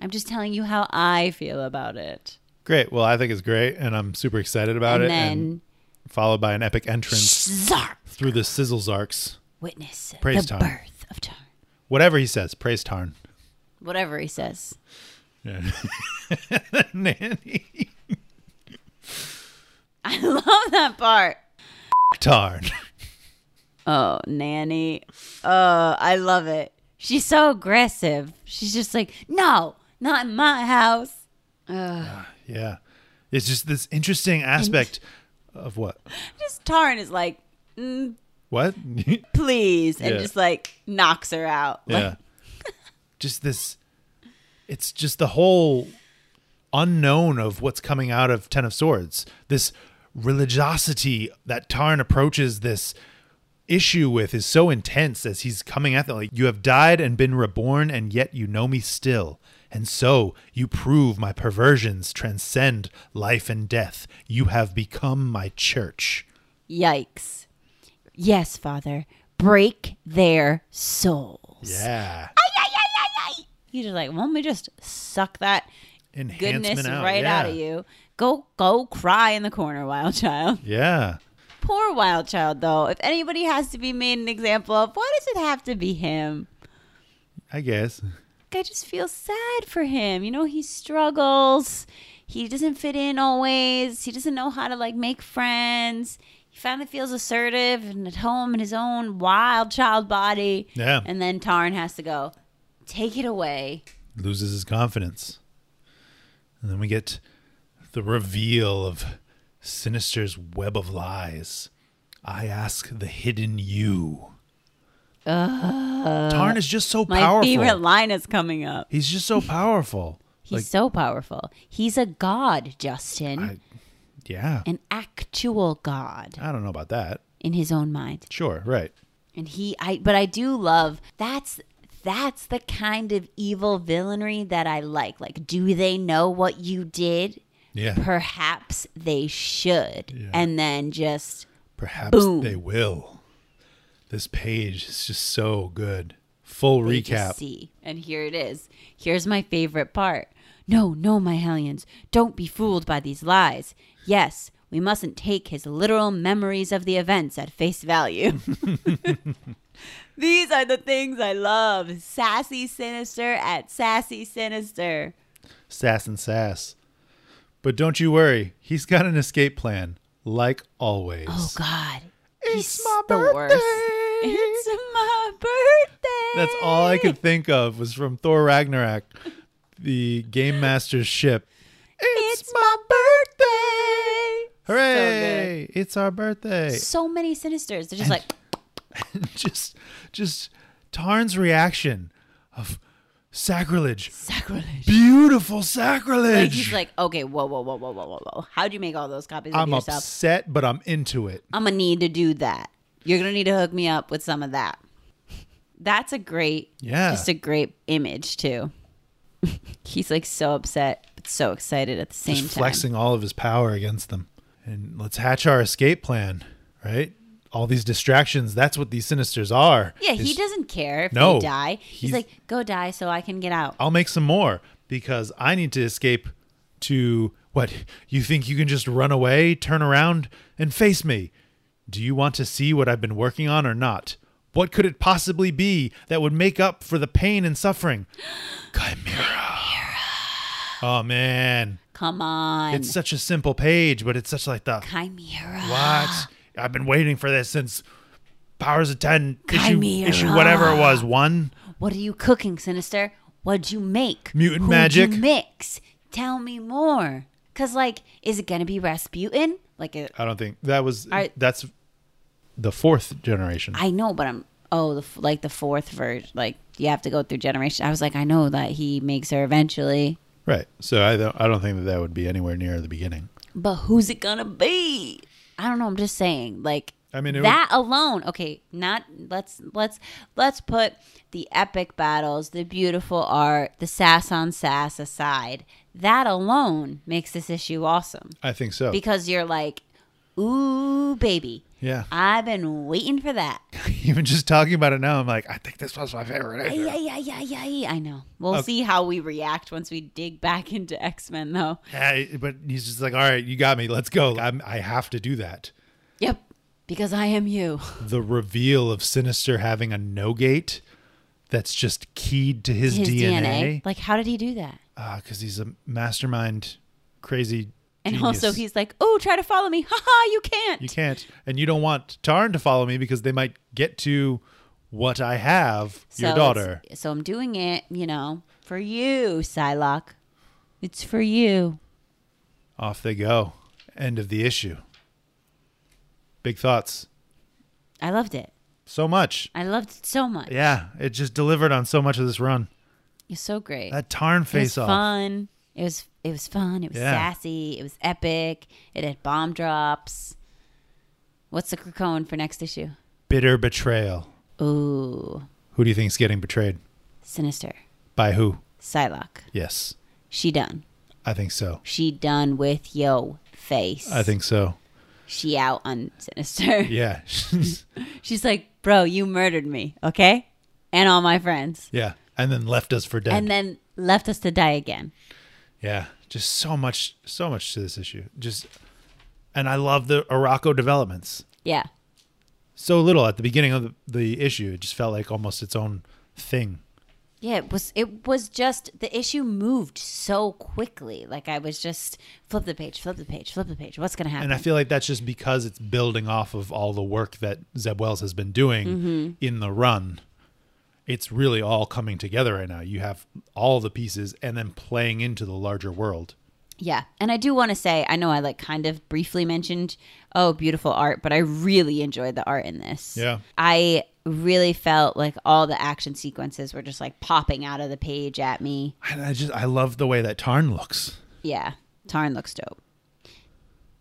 Speaker 2: I'm just telling you how I feel about it.
Speaker 1: Great. Well, I think it's great, and I'm super excited about
Speaker 2: and
Speaker 1: it.
Speaker 2: then
Speaker 1: and followed by an epic entrance
Speaker 2: Zarp
Speaker 1: through the sizzle zarks.
Speaker 2: witness
Speaker 1: Praise
Speaker 2: the
Speaker 1: Tarn.
Speaker 2: birth of Tarn.
Speaker 1: Whatever he says, praise Tarn.
Speaker 2: Whatever he says.
Speaker 1: [laughs] Nanny
Speaker 2: [laughs] I love that part.
Speaker 1: Tarn.
Speaker 2: Oh, nanny. Oh, I love it. She's so aggressive. She's just like, no, not in my house.
Speaker 1: Yeah. It's just this interesting aspect of what?
Speaker 2: Just Tarn is like, mm,
Speaker 1: What?
Speaker 2: please, and
Speaker 1: Yeah.
Speaker 2: just like knocks her out.
Speaker 1: yeah.
Speaker 2: Like,
Speaker 1: [laughs] Just this. It's just the whole unknown of what's coming out of Ten of Swords. This religiosity that Tarn approaches this issue with is so intense as he's coming at them. Like, you have died and been reborn, and yet you know me still. And so you prove my perversions transcend life and death. You have become my church.
Speaker 2: yikes. Yes, father. Break their souls.
Speaker 1: Yeah.
Speaker 2: You just like, won't we just suck that
Speaker 1: Enhancement
Speaker 2: goodness
Speaker 1: out.
Speaker 2: right
Speaker 1: yeah.
Speaker 2: out of you. Go go cry in the corner, wild child.
Speaker 1: Yeah.
Speaker 2: Poor wild child though. If anybody has to be made an example of, why does it have to be him?
Speaker 1: I guess.
Speaker 2: Like, I just feel sad for him. You know, he struggles. He doesn't fit in always. He doesn't know how to like make friends. He finally feels assertive and at home in his own wild child body.
Speaker 1: Yeah.
Speaker 2: And then Tarn has to go, take it away.
Speaker 1: loses his confidence. And then we get the reveal of Sinister's web of lies. I ask the hidden you. Tarn is just so
Speaker 2: Uh, My
Speaker 1: powerful.
Speaker 2: favorite line is coming up.
Speaker 1: He's just so powerful.
Speaker 2: He's so powerful. He's a god, Justin.
Speaker 1: I- yeah.
Speaker 2: an actual god
Speaker 1: I don't know about that.
Speaker 2: in his own mind.
Speaker 1: Sure, right.
Speaker 2: And he I but I do love that's that's the kind of evil villainy that I like. Like do they know what you did?
Speaker 1: Yeah.
Speaker 2: Perhaps they should. And then just
Speaker 1: Perhaps
Speaker 2: Boom.
Speaker 1: they will. This page is just so good. Full
Speaker 2: they just
Speaker 1: recap.
Speaker 2: see. And here it is. Here's my favorite part. No, no, my hellions, don't be fooled by these lies. Yes, we mustn't take his literal memories of the events at face
Speaker 1: [laughs]
Speaker 2: value. these are the things I love. Sassy Sinister at Sassy Sinister.
Speaker 1: Sass and sass. But don't you worry, he's got an escape plan, like always.
Speaker 2: Oh, God.
Speaker 1: It's
Speaker 2: He's
Speaker 1: my
Speaker 2: the worst.
Speaker 1: birthday.
Speaker 2: It's my birthday.
Speaker 1: That's all I could think of was from Thor Ragnarok, the Game Master's ship.
Speaker 2: It's, my birthday.
Speaker 1: Hooray! it's our birthday.
Speaker 2: So, good. so many Sinisters. They're just like,
Speaker 1: [laughs] just just Tarn's reaction of sacrilege.
Speaker 2: sacrilege.
Speaker 1: Beautiful
Speaker 2: Like,
Speaker 1: sacrilege.
Speaker 2: he's like, okay, whoa, whoa, whoa, whoa, whoa, whoa, whoa. How'd you make all those copies of
Speaker 1: I'm
Speaker 2: yourself?
Speaker 1: upset, but I'm into it.
Speaker 2: I'm gonna need to do that. You're gonna need to hook me up with some of that. That's a great,
Speaker 1: Yeah.
Speaker 2: just a great image too. [laughs] he's like so upset, but so excited at the same
Speaker 1: just
Speaker 2: time.
Speaker 1: flexing all of his power against them. And let's hatch our escape plan, right? All these distractions, that's what these sinisters are.
Speaker 2: Yeah, he
Speaker 1: is-
Speaker 2: doesn't care if
Speaker 1: No,
Speaker 2: they die. He's,
Speaker 1: he's- Oh.
Speaker 2: like, go die so I can get out.
Speaker 1: I'll make some more because I need to escape to what you think you can just run away, turn around, and face me. Do you want to see what I've been working on or not? What could it possibly be that would make up for the pain and
Speaker 2: [gasps]
Speaker 1: suffering? Chimera. Oh man,
Speaker 2: Come on,
Speaker 1: it's such a simple page, but it's such like the
Speaker 2: Chimera.
Speaker 1: what? [gasps] I've been waiting for this since Powers of Ten issue,
Speaker 2: Chimera.
Speaker 1: issue whatever it was one.
Speaker 2: What are you cooking, Sinister? What'd you make?
Speaker 1: Mutant
Speaker 2: Who'd
Speaker 1: magic.
Speaker 2: You mix. Tell me more. Cause like, is it gonna be Rasputin? Like, it,
Speaker 1: I don't think that was
Speaker 2: I-
Speaker 1: that's the fourth generation.
Speaker 2: I know, but I'm oh, the, f- like the fourth version. Like you have to go through generation. I was like, I know that he makes her eventually,
Speaker 1: right. So I don't I don't think that that would be anywhere near the beginning.
Speaker 2: but who's it gonna be? I don't know. I'm just saying, like
Speaker 1: I mean, it
Speaker 2: that alone. Okay, not let's let's let's put the epic battles, the beautiful art, the sass on sass aside. That alone makes this issue awesome
Speaker 1: would, I think so.
Speaker 2: because you're like, ooh, baby,
Speaker 1: yeah.
Speaker 2: I've been waiting for that.
Speaker 1: [laughs] Even just talking about it now, I'm like, I think this was my favorite. issue.
Speaker 2: Yeah, yeah, yeah, yeah, yeah. I know. We'll see how we react once we dig back [laughs] into X Men, though.
Speaker 1: Yeah, but he's just like, all right, you got me. Let's go. I'm, I have to do that.
Speaker 2: Yep, because I am you.
Speaker 1: The reveal of Sinister having a no gate that's just keyed to his,
Speaker 2: His
Speaker 1: DNA.
Speaker 2: DNA. Like, how did he do that?
Speaker 1: Because Ah, he's a mastermind, crazy.
Speaker 2: And
Speaker 1: genius.
Speaker 2: also, he's like, "Oh, try to follow me, [laughs] haha! You can't."
Speaker 1: You can't. And you don't want Tarn to follow me because they might get to what I have, your
Speaker 2: it's-
Speaker 1: daughter.
Speaker 2: So I'm doing it, you know, for you, Psylocke. It's for you.
Speaker 1: Off they go. End of the issue. Big thoughts.
Speaker 2: I loved it.
Speaker 1: So much.
Speaker 2: I loved it so much.
Speaker 1: Yeah, it just delivered on so much of this run.
Speaker 2: It's so great.
Speaker 1: That Tarn
Speaker 2: it was
Speaker 1: face off.
Speaker 2: fun. It was it was fun. It was
Speaker 1: Yeah.
Speaker 2: sassy. It was epic. It had bomb drops. What's the Krakoan for next issue?
Speaker 1: Bitter betrayal.
Speaker 2: Ooh,
Speaker 1: Who do you think's getting betrayed?
Speaker 2: sinister.
Speaker 1: By who?
Speaker 2: Psylocke.
Speaker 1: Yes,
Speaker 2: She done.
Speaker 1: I think so.
Speaker 2: She done with yo face.
Speaker 1: I think so.
Speaker 2: she out on sinister.
Speaker 1: Yeah.
Speaker 2: [laughs]
Speaker 1: [laughs]
Speaker 2: She's like, bro, you murdered me, okay? And all my friends.
Speaker 1: yeah. And then left us for dead.
Speaker 2: And then left us to die again.
Speaker 1: yeah. Just so much, so much to this issue. Just, and I love the Araco developments.
Speaker 2: Yeah.
Speaker 1: So little at the beginning of the, the issue. It just felt like almost its own thing.
Speaker 2: Yeah, it was it was just the issue moved so quickly. Like I was just flip the page, flip the page, flip the page. What's gonna happen?
Speaker 1: And I feel like that's just because it's building off of all the work that Zeb Wells has been doing in the run. It's really all coming together right now. You have all the pieces and then playing into the larger world.
Speaker 2: yeah. And I do wanna say, I know I like kind of briefly mentioned, oh, beautiful art, but I really enjoyed the art in this.
Speaker 1: Yeah.
Speaker 2: I really felt like all the action sequences were just like popping out of the page at me.
Speaker 1: And I just I love the way that Tarn looks.
Speaker 2: Yeah, Tarn looks dope.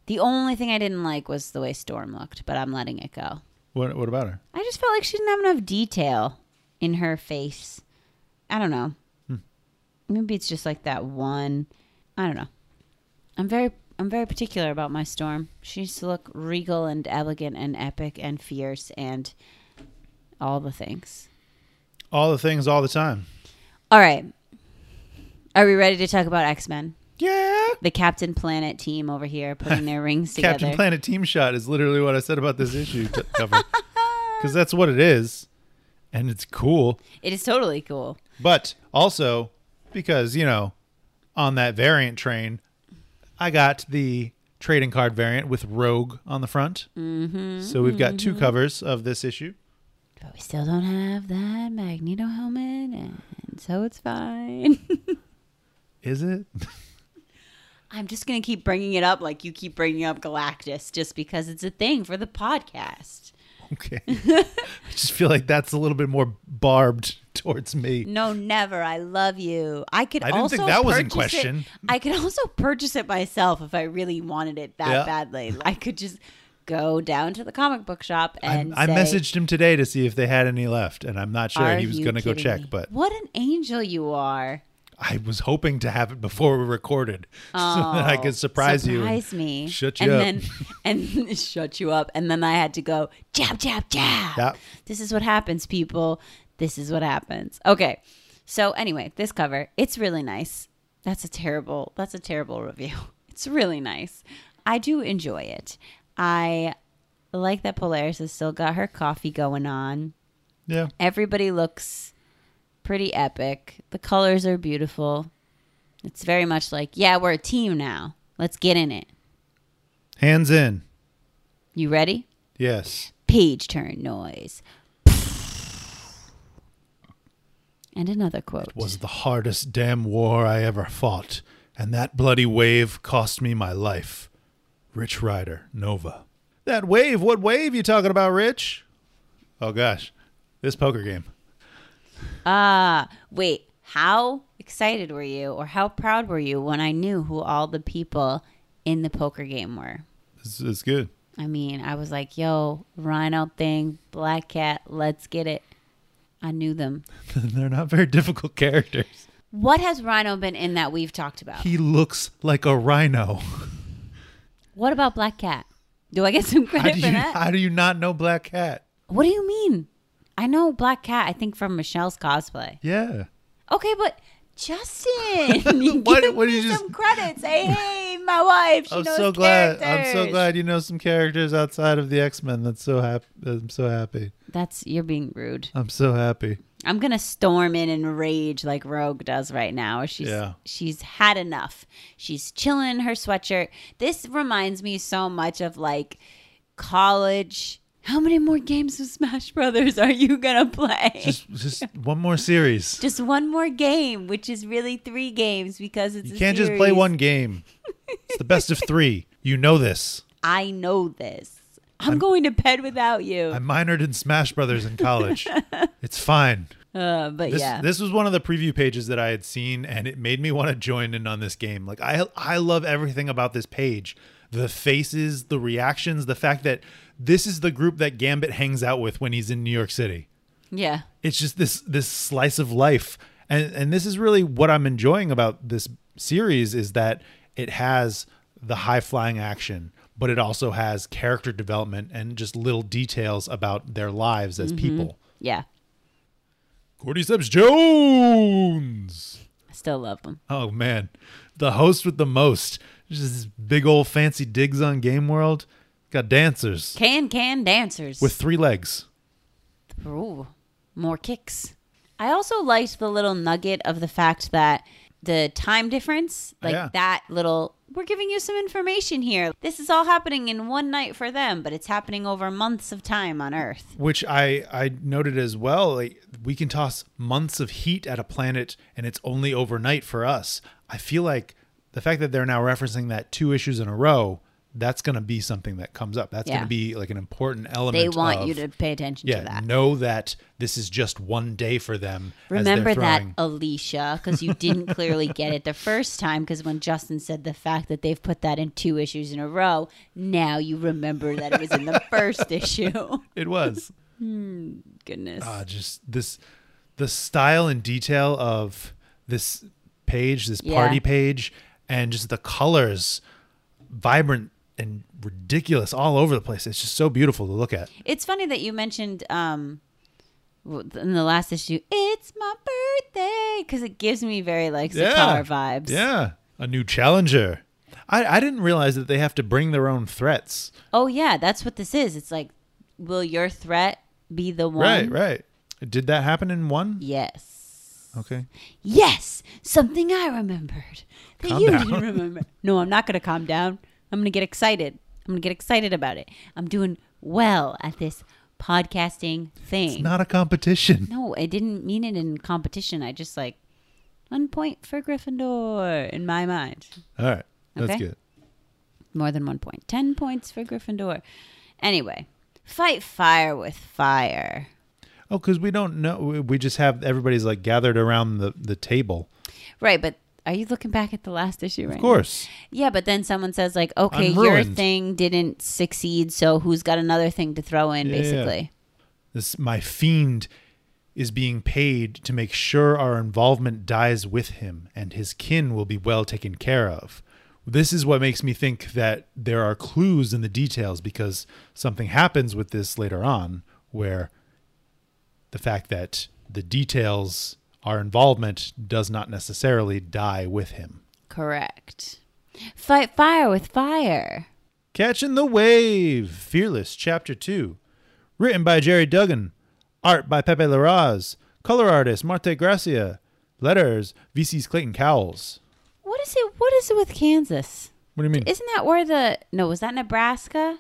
Speaker 2: The only thing I didn't like was the way Storm looked, but I'm letting it go.
Speaker 1: What what about her?
Speaker 2: I just felt like she didn't have enough detail in her face. I don't know. Maybe it's just like that one. I don't know. I'm very I'm very particular about my Storm. She needs to look regal and elegant and epic and fierce and all the things.
Speaker 1: All the things all the time.
Speaker 2: All right. Are we ready to talk about X-Men?
Speaker 1: Yeah.
Speaker 2: The Captain Planet team over here putting their rings together.
Speaker 1: Captain Planet team shot is literally what I said about this issue
Speaker 2: [laughs]
Speaker 1: t- cover. Cuz that's what it is. And it's cool.
Speaker 2: It is totally cool.
Speaker 1: But also because, you know, on that variant train, I got the trading card variant with Rogue on the front. Mm-hmm, so we've got two covers of this issue.
Speaker 2: But we still don't have that Magneto helmet, and so it's fine. [laughs]
Speaker 1: Is it? [laughs]
Speaker 2: I'm just going to keep bringing it up like you keep bringing up Galactus just because it's a thing for the podcast.
Speaker 1: okay. I just feel like that's a little bit more barbed towards me.
Speaker 2: No, never. I love you. I could
Speaker 1: I didn't
Speaker 2: also
Speaker 1: think that was in
Speaker 2: purchase it-
Speaker 1: question.
Speaker 2: I could also purchase it myself if I really wanted it that
Speaker 1: Yeah.
Speaker 2: badly. I could just go down to the comic book shop and
Speaker 1: I
Speaker 2: say,
Speaker 1: messaged him today to see if they had any left, and I'm not sure
Speaker 2: "Are
Speaker 1: he was
Speaker 2: you
Speaker 1: going to go
Speaker 2: kidding
Speaker 1: check,
Speaker 2: me?
Speaker 1: but
Speaker 2: what an angel you are.
Speaker 1: I was hoping to have it before we recorded [laughs] so that I
Speaker 2: Oh,
Speaker 1: could surprise, you. and
Speaker 2: Surprise me.
Speaker 1: Shut you
Speaker 2: and
Speaker 1: up.
Speaker 2: Then, and [laughs] shut you up. And then I had to go jab, jab, jab.
Speaker 1: Yep.
Speaker 2: This is what happens, people. This is what happens. Okay. So anyway, this cover, it's really nice. That's a terrible, that's a terrible review. [laughs] It's really nice. I do enjoy it. I like that Polaris has still got her coffee going on.
Speaker 1: yeah.
Speaker 2: Everybody looks pretty epic. The colors are beautiful. It's very much like, yeah, we're a team now. Let's get in it.
Speaker 1: Hands in.
Speaker 2: You ready?
Speaker 1: Yes.
Speaker 2: Page turn noise. [laughs] And another quote.
Speaker 1: Was the hardest damn war I ever fought, and that bloody wave cost me my life. Rich Rider, Nova. That wave? What wave you talking about, Rich? Oh gosh, this poker game.
Speaker 2: Ah, wait. How excited were you or how proud were you when I knew who all the people in the poker game were?
Speaker 1: It's, it's good. [laughs]
Speaker 2: I mean, I was like, yo, rhino thing, black cat, let's get it. I knew them.
Speaker 1: They're not very difficult characters.
Speaker 2: What has Rhino been in that we've talked about?
Speaker 1: He looks like a rhino.
Speaker 2: What about Black Cat?
Speaker 1: [laughs]
Speaker 2: Do I get some
Speaker 1: How
Speaker 2: credit
Speaker 1: do
Speaker 2: for
Speaker 1: you
Speaker 2: that?
Speaker 1: how do you not know Black Cat?
Speaker 2: what do you mean? I know Black Cat, I think from Michelle's cosplay.
Speaker 1: Yeah.
Speaker 2: Okay, but
Speaker 1: [laughs]
Speaker 2: Justin, you
Speaker 1: What-
Speaker 2: [laughs] give
Speaker 1: what
Speaker 2: me
Speaker 1: did you just-
Speaker 2: some credits. Hey, hey, my wife, she
Speaker 1: I'm
Speaker 2: knows
Speaker 1: so glad. I'm so
Speaker 2: characters.
Speaker 1: glad you know some characters outside of the X Men. That's so happy. I'm so happy.
Speaker 2: That's you're being rude.
Speaker 1: I'm so happy.
Speaker 2: I'm gonna storm in and rage like Rogue does right now. She's
Speaker 1: Yeah.
Speaker 2: she's had enough. She's chilling in her sweatshirt. This reminds me so much of like college. How many more games of Smash Brothers are you gonna play? Just,
Speaker 1: Just just one more series.
Speaker 2: one more game, which is really three games because it's
Speaker 1: You
Speaker 2: a
Speaker 1: can't just play
Speaker 2: series.
Speaker 1: one game. It's the best of three. You know this.
Speaker 2: I know this. I'm, going to bed without you.
Speaker 1: I minored in Smash Brothers in
Speaker 2: [laughs]
Speaker 1: college. It's fine.
Speaker 2: uh, but
Speaker 1: This
Speaker 2: yeah,
Speaker 1: this was one of the preview pages that I had seen, and it made me want to join in on this game. Like I I love everything about this page. The faces, the reactions, the fact that this is the group that Gambit hangs out with when he's in New York City.
Speaker 2: yeah.
Speaker 1: It's just this this slice of life. And and this is really what I'm enjoying about this series is that it has the high flying action, but it also has character development and just little details about their lives as people.
Speaker 2: Yeah,
Speaker 1: Cordyceps Jones.
Speaker 2: I still love them.
Speaker 1: Oh man, the host with the most. Just this big old fancy digs on Game World. Got dancers
Speaker 2: Can can dancers
Speaker 1: with three legs.
Speaker 2: Ooh, more kicks. I also liked the little nugget of the fact that the time difference, like
Speaker 1: yeah.
Speaker 2: that little, we're giving you some information here. This is all happening in one night for them, but it's happening over months of time on Earth.
Speaker 1: Which I I noted as well. Like we can toss months of heat at a planet, and it's only overnight for us. I feel like the fact that they're now referencing that two issues in a row. That's going to be something that comes up. That's
Speaker 2: Yeah.
Speaker 1: going to be like an important element.
Speaker 2: They want
Speaker 1: of-
Speaker 2: you to pay attention
Speaker 1: yeah,
Speaker 2: to that.
Speaker 1: know that this is just one day for them. as they're
Speaker 2: Remember that,
Speaker 1: throwing-
Speaker 2: Alicia, because
Speaker 1: [laughs]
Speaker 2: you didn't clearly get it the first time. Because when Justin said the fact that they've put that in two issues in a row, now you remember that it was
Speaker 1: [laughs]
Speaker 2: in the first issue. [laughs]
Speaker 1: it was.
Speaker 2: Goodness.
Speaker 1: Ah, just this the style and detail of this page, this
Speaker 2: Yeah.
Speaker 1: party page, and just the colors vibrant and ridiculous all over the place. It's just so beautiful to look at.
Speaker 2: It's funny that you mentioned um w- in the last issue, it's my birthday because it gives me very like Sakar vibes.
Speaker 1: Yeah. A new challenger. I, I didn't realize that they have to bring their own threats.
Speaker 2: Oh yeah, that's what this is. It's like, will your threat be the
Speaker 1: Right,
Speaker 2: one?
Speaker 1: right. Did that happen in one?
Speaker 2: Yes.
Speaker 1: Okay.
Speaker 2: Yes, something I remembered that
Speaker 1: Calm
Speaker 2: you
Speaker 1: down.
Speaker 2: didn't
Speaker 1: [laughs]
Speaker 2: remember. No, I'm not going to calm down. I'm going to get excited. I'm going to get excited about it. I'm doing well at this podcasting thing.
Speaker 1: It's not a competition. [laughs]
Speaker 2: No, I didn't mean it in competition. I just like one point for Gryffindor in my mind.
Speaker 1: All right. That's
Speaker 2: Okay.
Speaker 1: good.
Speaker 2: More than one point. Ten points for Gryffindor. Anyway, fight fire with fire.
Speaker 1: Oh, because we don't know. we- We just have everybody's like gathered around the, the table.
Speaker 2: Right, but are you looking back at the last issue right
Speaker 1: Of course.
Speaker 2: Yeah, but then someone says like, okay,
Speaker 1: I'm
Speaker 2: your
Speaker 1: ruined.
Speaker 2: thing didn't succeed, so who's got another thing to throw in,
Speaker 1: Yeah, yeah.
Speaker 2: basically.
Speaker 1: this my fiend is being paid to make sure our involvement dies with him and his kin will be well taken care of this is what makes me think that there are clues in the details because something happens with this later on where the fact that the details our involvement does not necessarily die with him
Speaker 2: Correct. Fight fire with fire.
Speaker 1: Catching the Wave, Fearless, Chapter 2. Written by Jerry Duggan. Art by Pepe Larraz. Color artist Marte Gracia. Letters VC's Clayton Cowles.
Speaker 2: What is it? What is it with Kansas?
Speaker 1: What do you mean?
Speaker 2: Isn't that where the no was that Nebraska,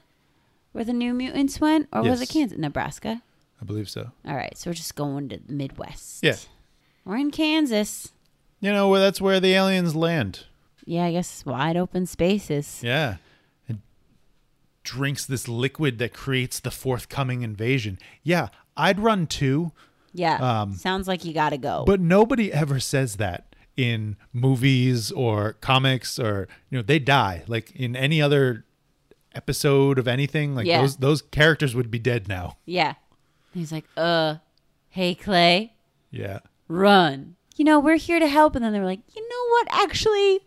Speaker 2: where the New Mutants went, or was it
Speaker 1: Yes.
Speaker 2: Kansas? Nebraska.
Speaker 1: I believe so.
Speaker 2: All right, so we're just going to the Midwest.
Speaker 1: Yeah.
Speaker 2: we're in Kansas.
Speaker 1: You know, well, that's where the aliens land.
Speaker 2: Yeah, I guess wide open spaces.
Speaker 1: Yeah. And drinks this liquid that creates the forthcoming invasion. Yeah, I'd run too,
Speaker 2: Yeah,
Speaker 1: Um,
Speaker 2: sounds like you got to go.
Speaker 1: but nobody ever says that in movies or comics or, you know, they die. Like in any other episode of anything, like
Speaker 2: Yeah.
Speaker 1: those those characters would be dead now.
Speaker 2: Yeah. He's like, uh, hey, Clay,
Speaker 1: Yeah.
Speaker 2: run. You know, we're here to help. And then they were like, you know what? Actually,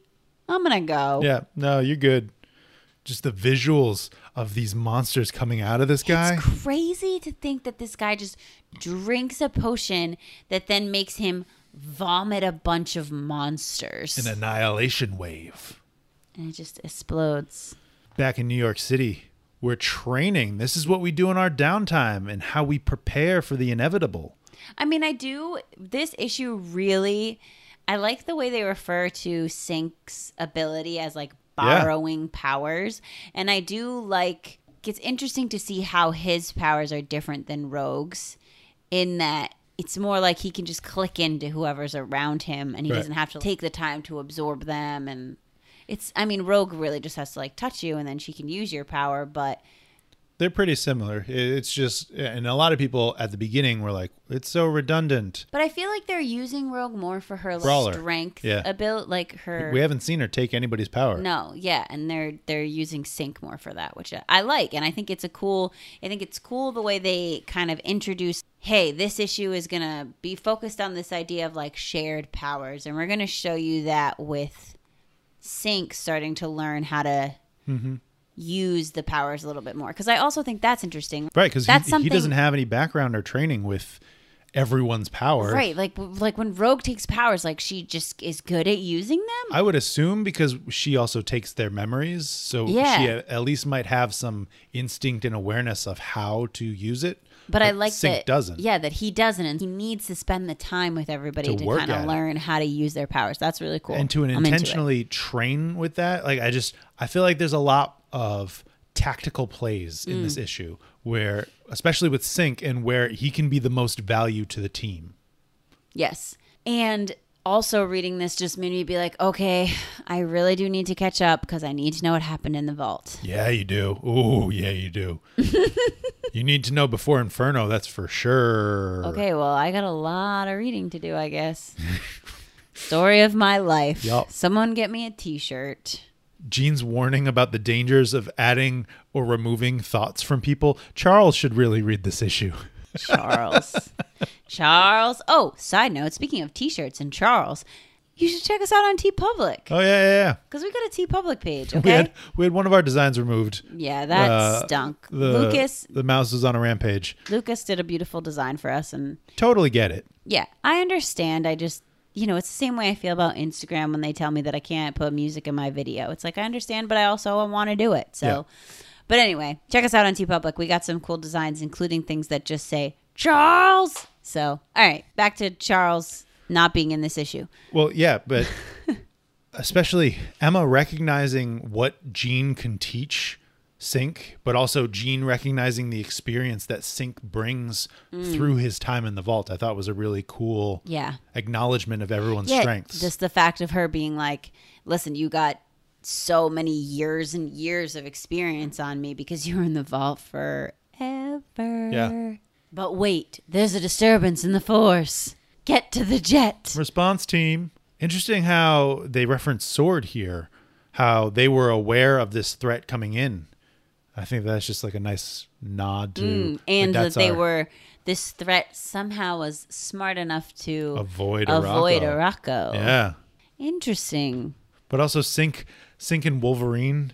Speaker 2: I'm going to go.
Speaker 1: Yeah. No, you're good. Just the visuals of these monsters coming out of this guy.
Speaker 2: It's crazy to think that this guy just drinks a potion that then makes him vomit a bunch of monsters.
Speaker 1: An annihilation wave.
Speaker 2: and it just explodes.
Speaker 1: back in New York City. We're training. This is what we do in our downtime and how we prepare for the inevitable.
Speaker 2: I mean, I do. This issue really, I like the way they refer to Sink's ability as like
Speaker 1: Yeah.
Speaker 2: borrowing powers. And I do like it's interesting to see how his powers are different than Rogue's in that it's more like he can just click into whoever's around him and he
Speaker 1: Right.
Speaker 2: doesn't have to take the time to absorb them. And it's, I mean, Rogue really just has to like touch you and then she can use your power, but
Speaker 1: They're pretty similar. I- It's just, and a lot of people at the beginning were like, it's so redundant.
Speaker 2: But I feel like they're using Rogue more for her like,
Speaker 1: Brawler.
Speaker 2: strength
Speaker 1: Yeah.
Speaker 2: abil- like her.
Speaker 1: We haven't seen her take anybody's power.
Speaker 2: no, yeah, and they're they're using Sync more for that, which I- I like, and I think it's a cool. I think it's cool the way they kind of introduce. Hey, this issue is gonna be focused on this idea of like shared powers, and we're gonna show you that with Sync starting to learn how to. Use the powers a little bit more because I also think that's interesting.
Speaker 1: Right. Because
Speaker 2: That's
Speaker 1: he, he
Speaker 2: something-
Speaker 1: doesn't have any background or training with everyone's power.
Speaker 2: Right, like like when Rogue takes powers, like she just is good at using them.
Speaker 1: I would assume because she also takes their memories. So
Speaker 2: Yeah.
Speaker 1: she at at least might have some instinct and awareness of how to use it.
Speaker 2: But I like
Speaker 1: Sync
Speaker 2: that
Speaker 1: doesn't.
Speaker 2: Yeah, that he doesn't, and he needs to spend the time with everybody
Speaker 1: To
Speaker 2: to,
Speaker 1: work
Speaker 2: kind
Speaker 1: at
Speaker 2: of
Speaker 1: it.
Speaker 2: learn how to use their powers. That's really cool.
Speaker 1: and to an
Speaker 2: I'm into it.
Speaker 1: intentionally train with that like i just i feel like there's a lot of tactical plays in
Speaker 2: Mm.
Speaker 1: this issue where especially with sync and where he can be the most value to the team
Speaker 2: yes. And also reading this just made me be like, okay, I really do need to catch up because I need to know what happened in the vault.
Speaker 1: yeah you do ooh yeah you
Speaker 2: [laughs]
Speaker 1: do you need to know before inferno that's for sure
Speaker 2: Okay, well, I got a lot of reading to do, I
Speaker 1: [laughs]
Speaker 2: guess. Story of my life.
Speaker 1: Yup.
Speaker 2: Someone get me a T-shirt.
Speaker 1: Jean's warning about the dangers of adding or removing thoughts from people. Charles should really read this issue. [laughs]
Speaker 2: Charles. Charles. Oh, side note, speaking of t-shirts and Charles, you should check us out on T Public
Speaker 1: Oh yeah, yeah,
Speaker 2: cuz we got a T Public page,
Speaker 1: yeah. We
Speaker 2: okay?
Speaker 1: had we had one of our designs removed.
Speaker 2: Yeah, that
Speaker 1: Uh,
Speaker 2: stunk.
Speaker 1: The,
Speaker 2: Lucas
Speaker 1: the mouse was on a rampage.
Speaker 2: Lucas did a beautiful design for us and
Speaker 1: Totally get it.
Speaker 2: yeah, I understand. I just you know, it's the same way I feel about Instagram when they tell me that I can't put music in my video. It's like I understand, but I also want to do it. So But anyway, check us out on T Public. We got some cool designs, including things that just say Charles. So, all right, back to Charles not being in this issue.
Speaker 1: Well, yeah,
Speaker 2: [laughs]
Speaker 1: but especially Emma recognizing what Gene can teach Sync, but also Gene recognizing the experience that Sync brings through his time in the vault, I thought was a really cool
Speaker 2: Mm. Yeah.
Speaker 1: acknowledgement of everyone's
Speaker 2: Yeah,
Speaker 1: strengths.
Speaker 2: Just the fact of her being like, listen, you got so many years and years of experience on me because you were in the vault forever.
Speaker 1: Yeah.
Speaker 2: But wait, there's a disturbance in the force. Get to the jet.
Speaker 1: Response team. Interesting how they reference Sword here, how they were aware of this threat coming in. I think that's just like a nice nod to like,
Speaker 2: Mm, And that
Speaker 1: that's
Speaker 2: they
Speaker 1: our-
Speaker 2: were, this threat somehow was smart enough to
Speaker 1: Avoid
Speaker 2: avoid
Speaker 1: Araco.
Speaker 2: Araco.
Speaker 1: Yeah.
Speaker 2: Interesting.
Speaker 1: but also Sink, Sink and Wolverine.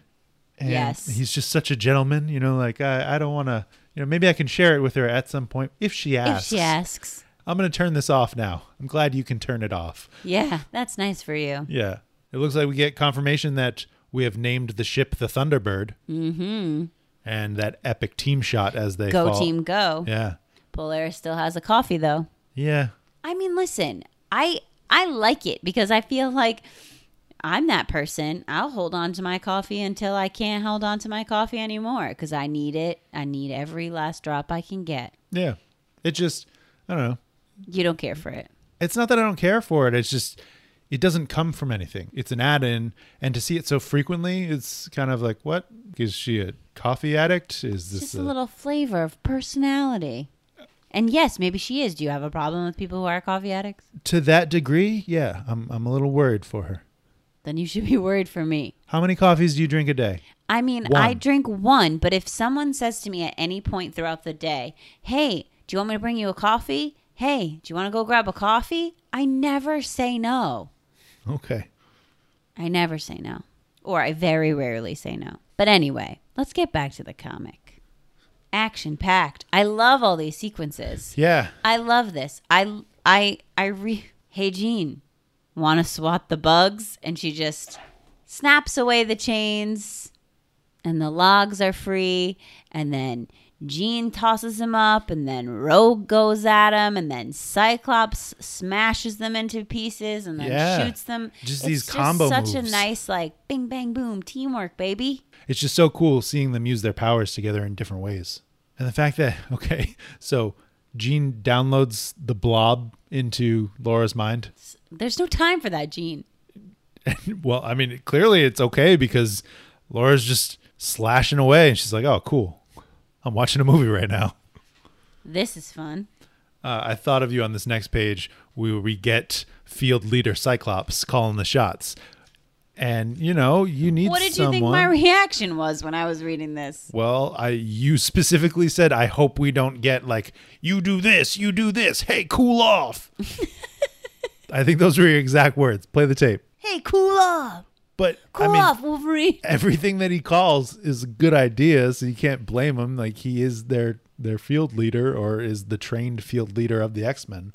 Speaker 1: And
Speaker 2: Yes.
Speaker 1: he's just such a gentleman, you know. Like I, I don't want to, you know. Maybe I can share it with her at some point if she
Speaker 2: If
Speaker 1: asks.
Speaker 2: she asks.
Speaker 1: I'm gonna turn this off now. I'm glad you can turn it off.
Speaker 2: Yeah, that's nice for you.
Speaker 1: Yeah, it looks like we get confirmation that we have named the ship the Thunderbird. Mm-hmm. And that epic team shot as they
Speaker 2: Go
Speaker 1: fall.
Speaker 2: team go.
Speaker 1: Yeah,
Speaker 2: Polaris still has a coffee though.
Speaker 1: yeah.
Speaker 2: I mean, listen, I I like it because I feel like I'm that person. I'll hold on to my coffee until I can't hold on to my coffee anymore because I need it. I need every last drop I can get.
Speaker 1: Yeah. It just, I don't know.
Speaker 2: You don't care for it.
Speaker 1: It's not that I don't care for it. It's just, it doesn't come from anything. It's an add in. And to see it so frequently, it's kind of like, what? Is she a coffee addict? Is this
Speaker 2: Just a little flavor of personality. And yes, maybe she is. Do you have a problem with people who are coffee addicts?
Speaker 1: to that degree? Yeah, I'm, I'm a little worried for her.
Speaker 2: Then you should be worried for me.
Speaker 1: How many coffees do you drink a day?
Speaker 2: I mean, I
Speaker 1: One.
Speaker 2: drink one, but if someone says to me at any point throughout the day, hey, do you want me to bring you a coffee? Hey, do you want to go grab a coffee? I never say no.
Speaker 1: Okay.
Speaker 2: I never say no. Or I very rarely say no. But anyway, let's get back to the comic. Action packed. I love all these sequences.
Speaker 1: Yeah.
Speaker 2: I love this. I I I re Hey Jean, wanna swat the bugs? And she just snaps away the chains and the logs are free. And then Jean tosses them up and then Rogue goes at him and then Cyclops smashes them into pieces and then
Speaker 1: Yeah.
Speaker 2: shoots them.
Speaker 1: Just these combo
Speaker 2: such a
Speaker 1: moves.
Speaker 2: nice like bing bang boom teamwork, baby.
Speaker 1: It's just so cool seeing them use their powers together in different ways. And the fact that, [laughs] okay, so Jean downloads the blob into Laura's mind.
Speaker 2: There's no time for that, Jean.
Speaker 1: Well, I mean, clearly it's okay because Laura's just slashing away and she's like, oh, cool. I'm watching a movie right now.
Speaker 2: This is fun.
Speaker 1: Uh, I thought of you on this next page. We, we get field leader Cyclops calling the shots. And, you know, you need
Speaker 2: What did
Speaker 1: someone.
Speaker 2: you think my reaction was when I was reading this?
Speaker 1: Well, I you specifically said I hope we don't get like you do this, you do this. Hey, cool
Speaker 2: [laughs]
Speaker 1: off. I think those were your exact words. Play the tape.
Speaker 2: Hey, cool off.
Speaker 1: But
Speaker 2: Cool
Speaker 1: I mean,
Speaker 2: off,
Speaker 1: [laughs]
Speaker 2: Wolverine.
Speaker 1: everything that he calls is a good idea, so you can't blame him. Like he is their their field leader or is the trained field leader of the X-Men.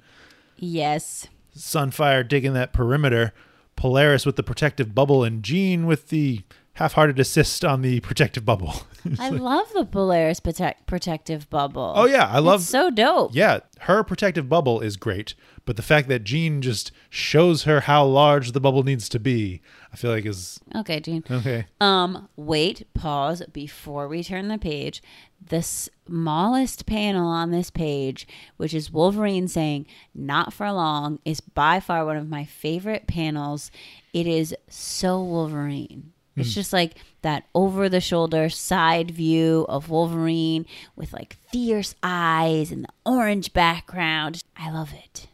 Speaker 2: Yes.
Speaker 1: Sunfire digging that perimeter, Polaris with the protective bubble and Jean with the half-hearted assist on the protective bubble. [laughs]
Speaker 2: I love the Polaris protect- protective bubble.
Speaker 1: oh yeah, I love
Speaker 2: It's so dope.
Speaker 1: yeah, her protective bubble is great, but the fact that Jean just shows her how large the bubble needs to be, I feel like is
Speaker 2: Okay, Gene.
Speaker 1: okay.
Speaker 2: Um, wait, pause before we turn the page. The smallest panel on this page, which is Wolverine saying "Not for long," is by far one of my favorite panels. It is so Wolverine. It's just like that over the shoulder side view of Wolverine with like fierce eyes and the orange background. I love it.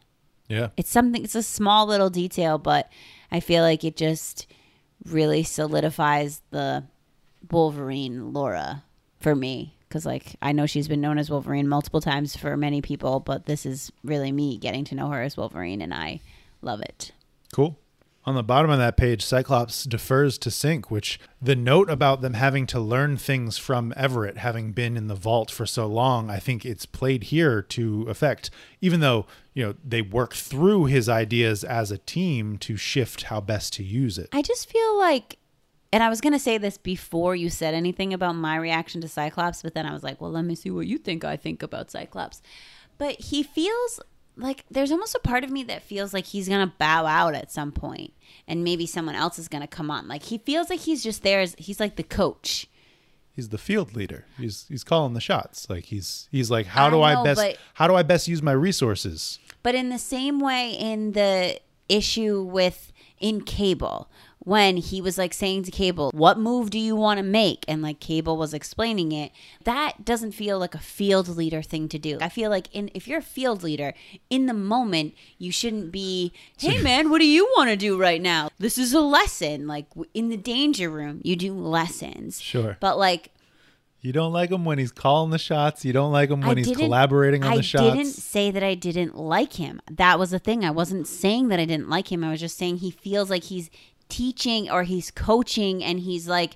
Speaker 1: Yeah.
Speaker 2: it's something it's a small little detail but i feel like it just really solidifies the wolverine laura for me because like i know she's been known as wolverine multiple times for many people but this is really me getting to know her as wolverine and i love it
Speaker 1: Cool. On the bottom of that page, Cyclops defers to Sync, which the note about them having to learn things from Everett having been in the vault for so long, I think it's played here to effect. Even though, you know, they work through his ideas as a team to shift how best to use it.
Speaker 2: i just feel like and i was going to say this before you said anything about my reaction to cyclops but then i was like well let me see what you think i think about cyclops but he feels like there's almost a part of me that feels like he's gonna bow out at some point and maybe someone else is gonna come on like he feels like he's just there as he's like the coach
Speaker 1: he's the field leader. He's he's calling the shots. Like he's he's like how do I,
Speaker 2: I know,
Speaker 1: best
Speaker 2: but-
Speaker 1: how do I best use my resources?
Speaker 2: But in the same way, in the issue with in Cable, when he was like saying to Cable, "What move do you want to make?" and like Cable was explaining it, that doesn't feel like a field leader thing to do. I feel like in if you're a field leader in the moment, you shouldn't be, "Hey man, what do you want to do right now?" This is a lesson. Like w- in the danger room, you do lessons.
Speaker 1: Sure.
Speaker 2: But like
Speaker 1: You don't like him when he's calling the shots. You don't like him when
Speaker 2: I
Speaker 1: he's
Speaker 2: didn't-
Speaker 1: collaborating on
Speaker 2: I
Speaker 1: the shots.
Speaker 2: didn't say that I didn't like him. That was the thing. I wasn't saying that I didn't like him. I was just saying he feels like he's teaching or he's coaching and he's like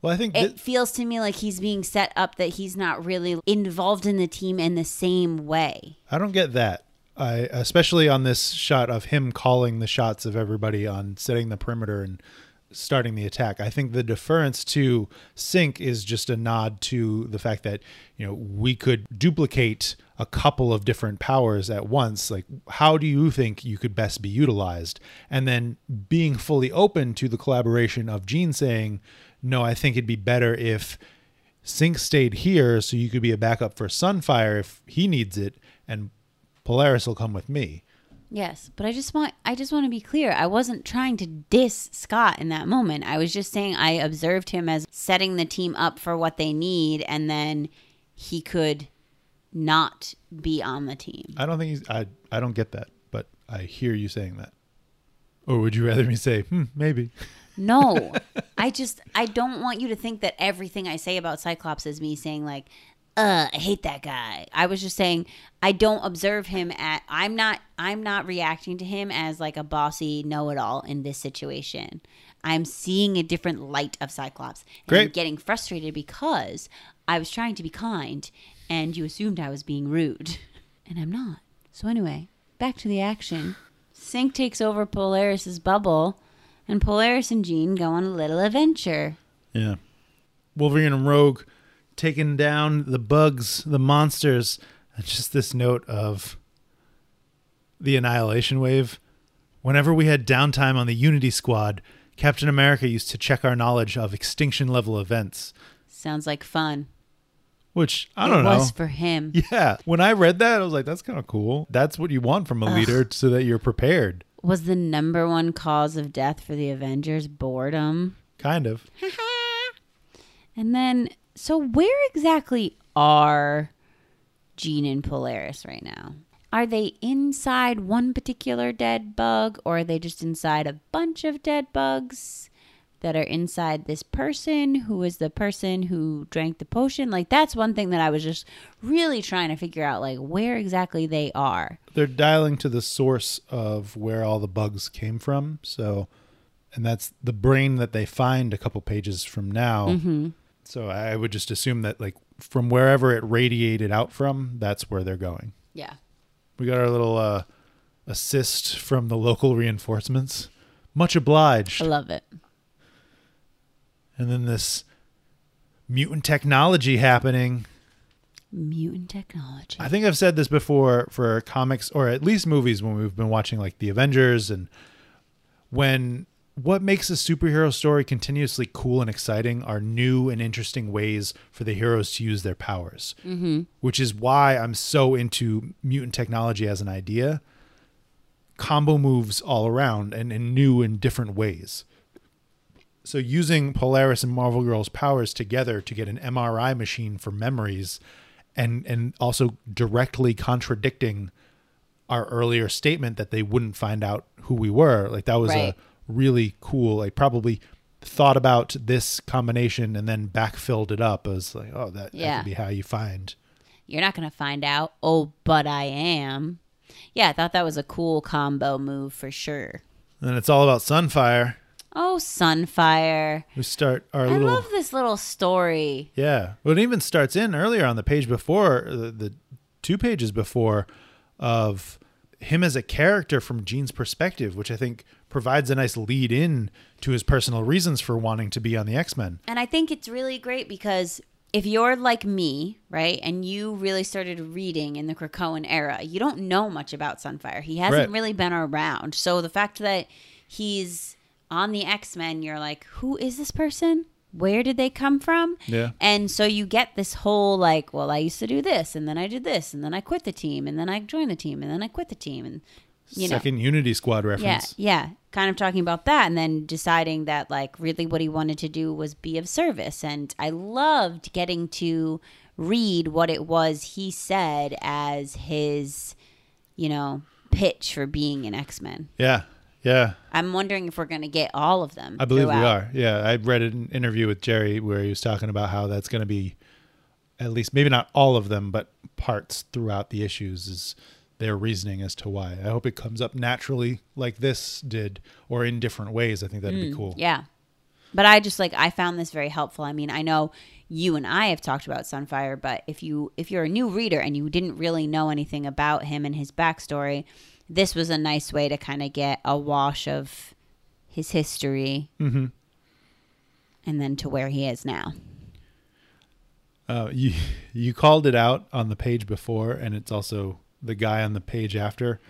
Speaker 1: well, I think
Speaker 2: it
Speaker 1: that,
Speaker 2: feels to me like he's being set up that he's not really involved in the team in the same way.
Speaker 1: I don't get that. I especially on this shot of him calling the shots of everybody on setting the perimeter and starting the attack. I think the deference to sync is just a nod to the fact that, you know, we could duplicate a couple of different powers at once. Like how do you think you could best be utilized? And then being fully open to the collaboration of Gene saying, "No, I think it'd be better if Sync stayed here so you could be a backup for Sunfire if he needs it, and Polaris will come with me.
Speaker 2: Yes, but I just want I just want to be clear. I wasn't trying to diss Scott in that moment. I was just saying I observed him as setting the team up for what they need and then he could not be on the team.
Speaker 1: I don't think he's, I I don't get that, but I hear you saying that. Or would you rather me say, hmm, maybe?
Speaker 2: No, I just I don't want you to think that everything I say about Cyclops is me saying like, "Uh, I hate that guy." I was just saying I don't observe him at. I'm not. I'm not reacting to him as like a bossy know-it-all in this situation. I'm seeing a different light of Cyclops. And I'm
Speaker 1: Great.
Speaker 2: getting frustrated because I was trying to be kind, and you assumed I was being rude, [laughs] and I'm not. So anyway, back to the action. Sync takes over Polaris's bubble, and Polaris and Jean go on a little adventure.
Speaker 1: Yeah. Wolverine and Rogue taking down the bugs, the monsters, and just this note of the annihilation wave. Whenever we had downtime on the Unity Squad, Captain America used to check our knowledge of extinction level events,
Speaker 2: Sounds like fun.
Speaker 1: which I don't
Speaker 2: it
Speaker 1: know.
Speaker 2: was for him.
Speaker 1: [laughs] yeah. When I read that, I was like, that's kind of cool. That's what you want from a leader so that you're prepared.
Speaker 2: Was the number one cause of death for the Avengers boredom?
Speaker 1: Kind of.
Speaker 2: And then, so where exactly are Jean and Polaris right now? Are they inside one particular dead bug, or are they just inside a bunch of dead bugs that are inside this person who is the person who drank the potion? Like, that's one thing that I was just really trying to figure out, like, where exactly they are.
Speaker 1: they're dialing to the source of where all the bugs came from. So, and that's the brain that they find a couple pages from now. So I would just assume that like from wherever it radiated out from, that's where they're going.
Speaker 2: Yeah.
Speaker 1: We got our little uh, assist from the local reinforcements. Much obliged.
Speaker 2: I love it.
Speaker 1: And then this mutant technology happening.
Speaker 2: Mutant technology.
Speaker 1: I think I've said this before for comics or at least movies when we've been watching like the Avengers and when what makes a superhero story continuously cool and exciting are new and interesting ways for the heroes to use their powers, mm-hmm. which is why I'm so into mutant technology as an idea. Combo moves all around and in new and different ways. So, using Polaris and Marvel Girl's powers together to get an MRI machine for memories and, and also directly contradicting our earlier statement that they wouldn't find out who we were. Like that was
Speaker 2: Right.
Speaker 1: a really cool, like probably thought about this combination and then backfilled it up. I was like, oh, that, that
Speaker 2: Yeah.
Speaker 1: could be how you find.
Speaker 2: You're not going to find out. Oh, but I am. Yeah, I thought that was a cool combo move for sure.
Speaker 1: And then it's all about Sunfire.
Speaker 2: Oh, Sunfire.
Speaker 1: We start our
Speaker 2: I
Speaker 1: little.
Speaker 2: love this little story.
Speaker 1: Yeah. Well, it even starts in earlier on the page before, the, the two pages before, of him as a character from Gene's perspective, which I think provides a nice lead in to his personal reasons for wanting to be on the X Men.
Speaker 2: And I think it's really great because if you're like me, right, and you really started reading in the Krakoan era, you don't know much about Sunfire. He hasn't
Speaker 1: Right.
Speaker 2: really been around. So the fact that he's on the X Men, you're like, who is this person? Where did they come from?
Speaker 1: Yeah.
Speaker 2: And so you get this whole like, well, I used to do this, and then I did this, and then I quit the team, and then I joined the team, and then I quit the team, and you know,
Speaker 1: Second Unity Squad
Speaker 2: yeah,
Speaker 1: reference.
Speaker 2: yeah. Kind of talking about that and then deciding that like really what he wanted to do was be of service. And I loved getting to read what it was he said as his, you know, pitch for being an X Men.
Speaker 1: Yeah. Yeah.
Speaker 2: I'm wondering if we're gonna get all of them.
Speaker 1: I believe we
Speaker 2: throughout.
Speaker 1: are. Yeah, I read an interview with Jerry where he was talking about how that's going to be at least maybe not all of them, but parts throughout the issues is their reasoning as to why. I hope it comes up naturally like this did or in different ways. I think that'd be cool.
Speaker 2: Mm, Yeah. But I just like I found this very helpful. I mean, I know you and I have talked about Sunfire, but if you if you're a new reader and you didn't really know anything about him and his backstory, this was a nice way to kind of get a wash of his history. Mm-hmm. And then to where he is now.
Speaker 1: Uh, you you called it out on the page before, and it's also the guy on the page after.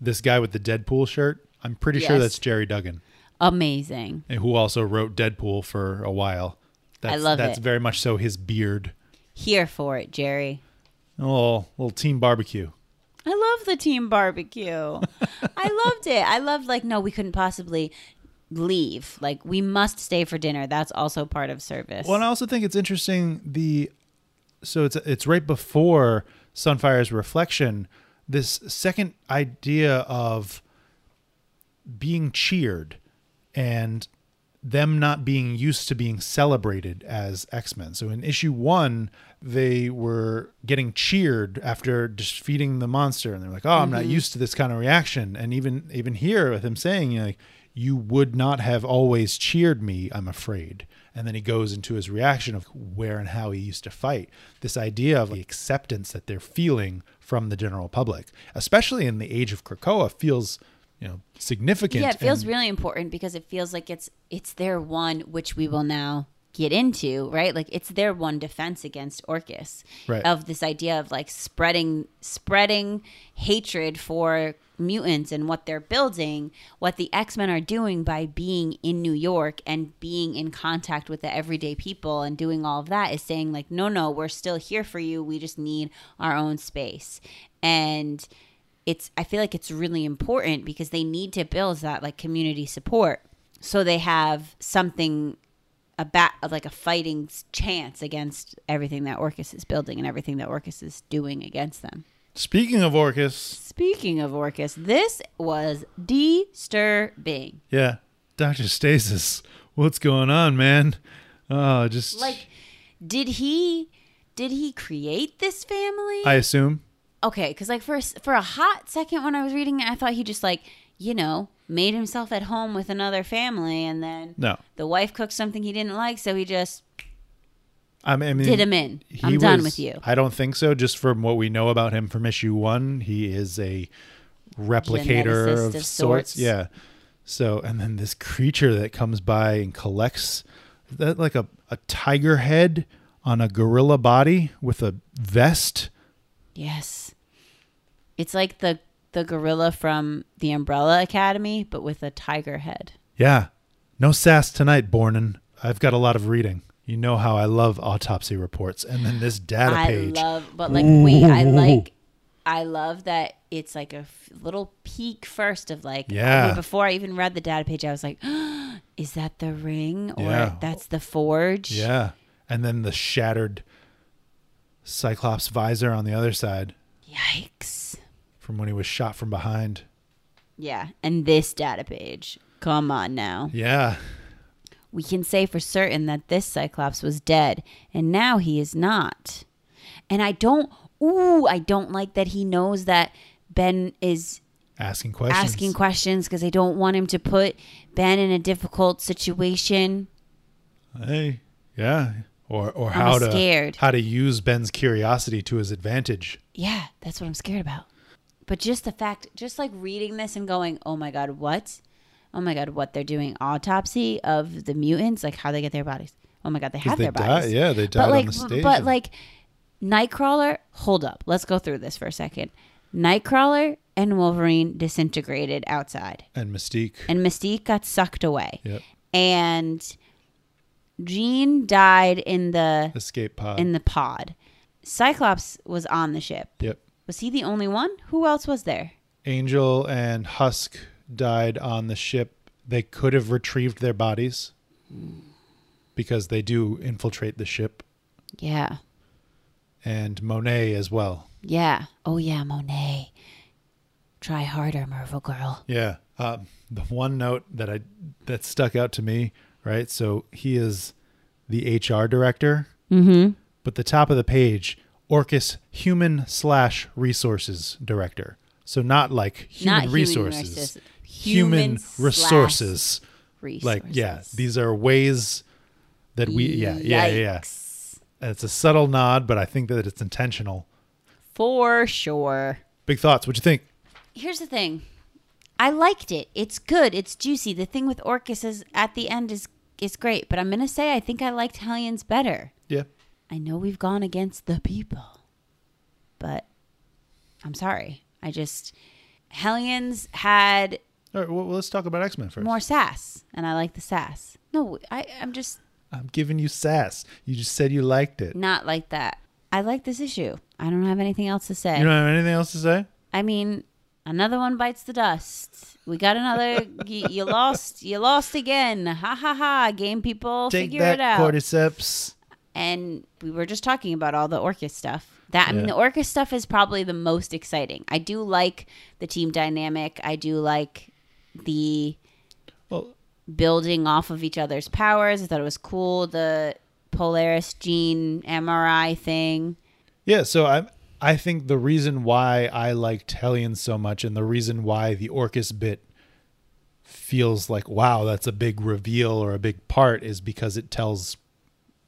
Speaker 1: This guy with the Deadpool shirt. I'm pretty sure
Speaker 2: Yes.
Speaker 1: that's Jerry Duggan,
Speaker 2: Amazing.
Speaker 1: who also wrote Deadpool for a while. That's,
Speaker 2: love
Speaker 1: That's
Speaker 2: it.
Speaker 1: very much so his beard.
Speaker 2: Here for it, Jerry.
Speaker 1: Oh, little team barbecue.
Speaker 2: I love the team barbecue. [laughs] I loved it. I loved like no, we couldn't possibly leave. Like we must stay for dinner. That's also part of service.
Speaker 1: Well, and I also think it's interesting the so it's it's right before Sunfire's reflection, this second idea of being cheered and them not being used to being celebrated as X-Men. So in issue 1, they were getting cheered after defeating the monster and they're like, "Oh, I'm not used to this kind of reaction." And even even here with him saying, you know, like, "You would not have always cheered me, I'm afraid." And then he goes into his reaction of where and how he used to fight. This idea of the acceptance that they're feeling from the general public, especially in the age of Krakoa, feels you know significant.
Speaker 2: Yeah, it feels
Speaker 1: and-
Speaker 2: really important because it feels like it's it's their one, which we will now get into, right? Like it's their one defense against Orcus
Speaker 1: Right.
Speaker 2: of this idea of like spreading spreading hatred for mutants and what they're building, what the X-Men are doing by being in New York and being in contact with the everyday people and doing all of that is saying like no no, we're still here for you. We just need our own space. And it's I feel like it's really important because they need to build that like community support so they have something about like a fighting s- chance against everything that Orcus is building and everything that Orcus is doing against them.
Speaker 1: Speaking of Orcus,
Speaker 2: Speaking of Orcus, this was disturbing.
Speaker 1: yeah, Doctor Stasis, what's going on, man? Oh, just
Speaker 2: Like did he did he create this family?
Speaker 1: I assume.
Speaker 2: okay because like for a, s- for a hot second when i was reading it i thought he just like you know made himself at home with another family and then
Speaker 1: No.
Speaker 2: the wife cooked something he didn't like so he just
Speaker 1: I mean,
Speaker 2: did him in
Speaker 1: he
Speaker 2: i'm done
Speaker 1: was-
Speaker 2: with you
Speaker 1: I don't think so. Just from what we know about him from issue one, he is a replicator
Speaker 2: Geneticist
Speaker 1: of,
Speaker 2: of
Speaker 1: sorts.
Speaker 2: sorts.
Speaker 1: Yeah. So, and then this creature that comes by and collects that like a, a tiger head on a gorilla body with a vest.
Speaker 2: yes it's like the the gorilla from the umbrella academy but with a tiger head
Speaker 1: Yeah. No sass tonight, Bornan. I've got a lot of reading. You know how I love autopsy reports. And then this data
Speaker 2: I
Speaker 1: page.
Speaker 2: love, but like, wait, I like, I love that it's like a f- little peek first of like, I mean,
Speaker 1: Yeah.
Speaker 2: before I even read the data page, I was like, [gasps] is that the ring or
Speaker 1: Yeah.
Speaker 2: that's the forge?
Speaker 1: yeah. And then the shattered Cyclops visor on the other side
Speaker 2: Yikes.
Speaker 1: from when he was shot from behind.
Speaker 2: Yeah. And this data page. Come on now.
Speaker 1: Yeah.
Speaker 2: We can say for certain that this Cyclops was dead, and now he is not. And I don't, ooh, I don't like that he knows that Ben is
Speaker 1: Asking questions.
Speaker 2: asking questions because I don't want him to put Ben in a difficult situation.
Speaker 1: Hey. Yeah. Or or how to
Speaker 2: scared.
Speaker 1: how to use Ben's curiosity to his advantage.
Speaker 2: Yeah, that's what I'm scared about. But just the fact, just like reading this and going, oh my God, what? Oh my God, what? They're doing autopsy of the mutants, like how they get their bodies. Oh my God, they have
Speaker 1: they
Speaker 2: their
Speaker 1: die-
Speaker 2: bodies.
Speaker 1: yeah, they died
Speaker 2: but
Speaker 1: on
Speaker 2: like,
Speaker 1: the stage
Speaker 2: But
Speaker 1: and-
Speaker 2: like, Nightcrawler, hold up. Let's go through this for a second. Nightcrawler and Wolverine disintegrated outside,
Speaker 1: And Mystique.
Speaker 2: and Mystique got sucked away.
Speaker 1: yep.
Speaker 2: and Jean died in the
Speaker 1: Escape pod.
Speaker 2: in the pod. Cyclops was on the ship.
Speaker 1: yep.
Speaker 2: Was he the only one? Who else was there?
Speaker 1: Angel and Husk died on the ship. They could have retrieved their bodies because they do infiltrate the ship,
Speaker 2: Yeah.
Speaker 1: and Monet as well.
Speaker 2: Yeah. Oh yeah, Monet. Try harder, Marvel girl.
Speaker 1: Yeah. Uh, the one note that I that stuck out to me, right? So he is the HR director, mm-hmm. but the top of the page, Orcus Human slash Resources Director. So not like human
Speaker 2: Not human
Speaker 1: resources,
Speaker 2: resources.
Speaker 1: human,
Speaker 2: Human slash
Speaker 1: resources.
Speaker 2: Resources.
Speaker 1: like yeah these are ways that we yeah yeah yeah
Speaker 2: Yikes.
Speaker 1: yeah it's a subtle nod but i think that it's intentional
Speaker 2: For sure.
Speaker 1: big thoughts what you think
Speaker 2: Here's the thing. I liked it. It's good. It's juicy. The thing with Orcus is at the end is is great, but I'm gonna say I think I liked Hellions better.
Speaker 1: yeah
Speaker 2: I know we've gone against the people, but I'm sorry. I just Hellions had
Speaker 1: all right well let's talk about x-men first
Speaker 2: more sass, and I like the sass. No, I, I'm just
Speaker 1: i'm giving you sass you just said you liked it
Speaker 2: not like that. I like this issue. I don't have anything else to say.
Speaker 1: you don't have anything else to say
Speaker 2: I mean, another one bites the dust. We got another. you, [laughs] you lost. You lost again. Ha ha ha! Game people,
Speaker 1: take
Speaker 2: figure
Speaker 1: that
Speaker 2: it out.
Speaker 1: cordyceps
Speaker 2: and we were just talking about all the Orcus stuff. That I mean,
Speaker 1: Yeah.
Speaker 2: the Orcus stuff is probably the most exciting. I do like the team dynamic. I do like the
Speaker 1: well
Speaker 2: building off of each other's powers. I thought it was cool the Polaris gene MRI thing.
Speaker 1: Yeah, so I I think the reason why I liked Hellion so much and the reason why the Orcus bit feels like wow, that's a big reveal or a big part is because it tells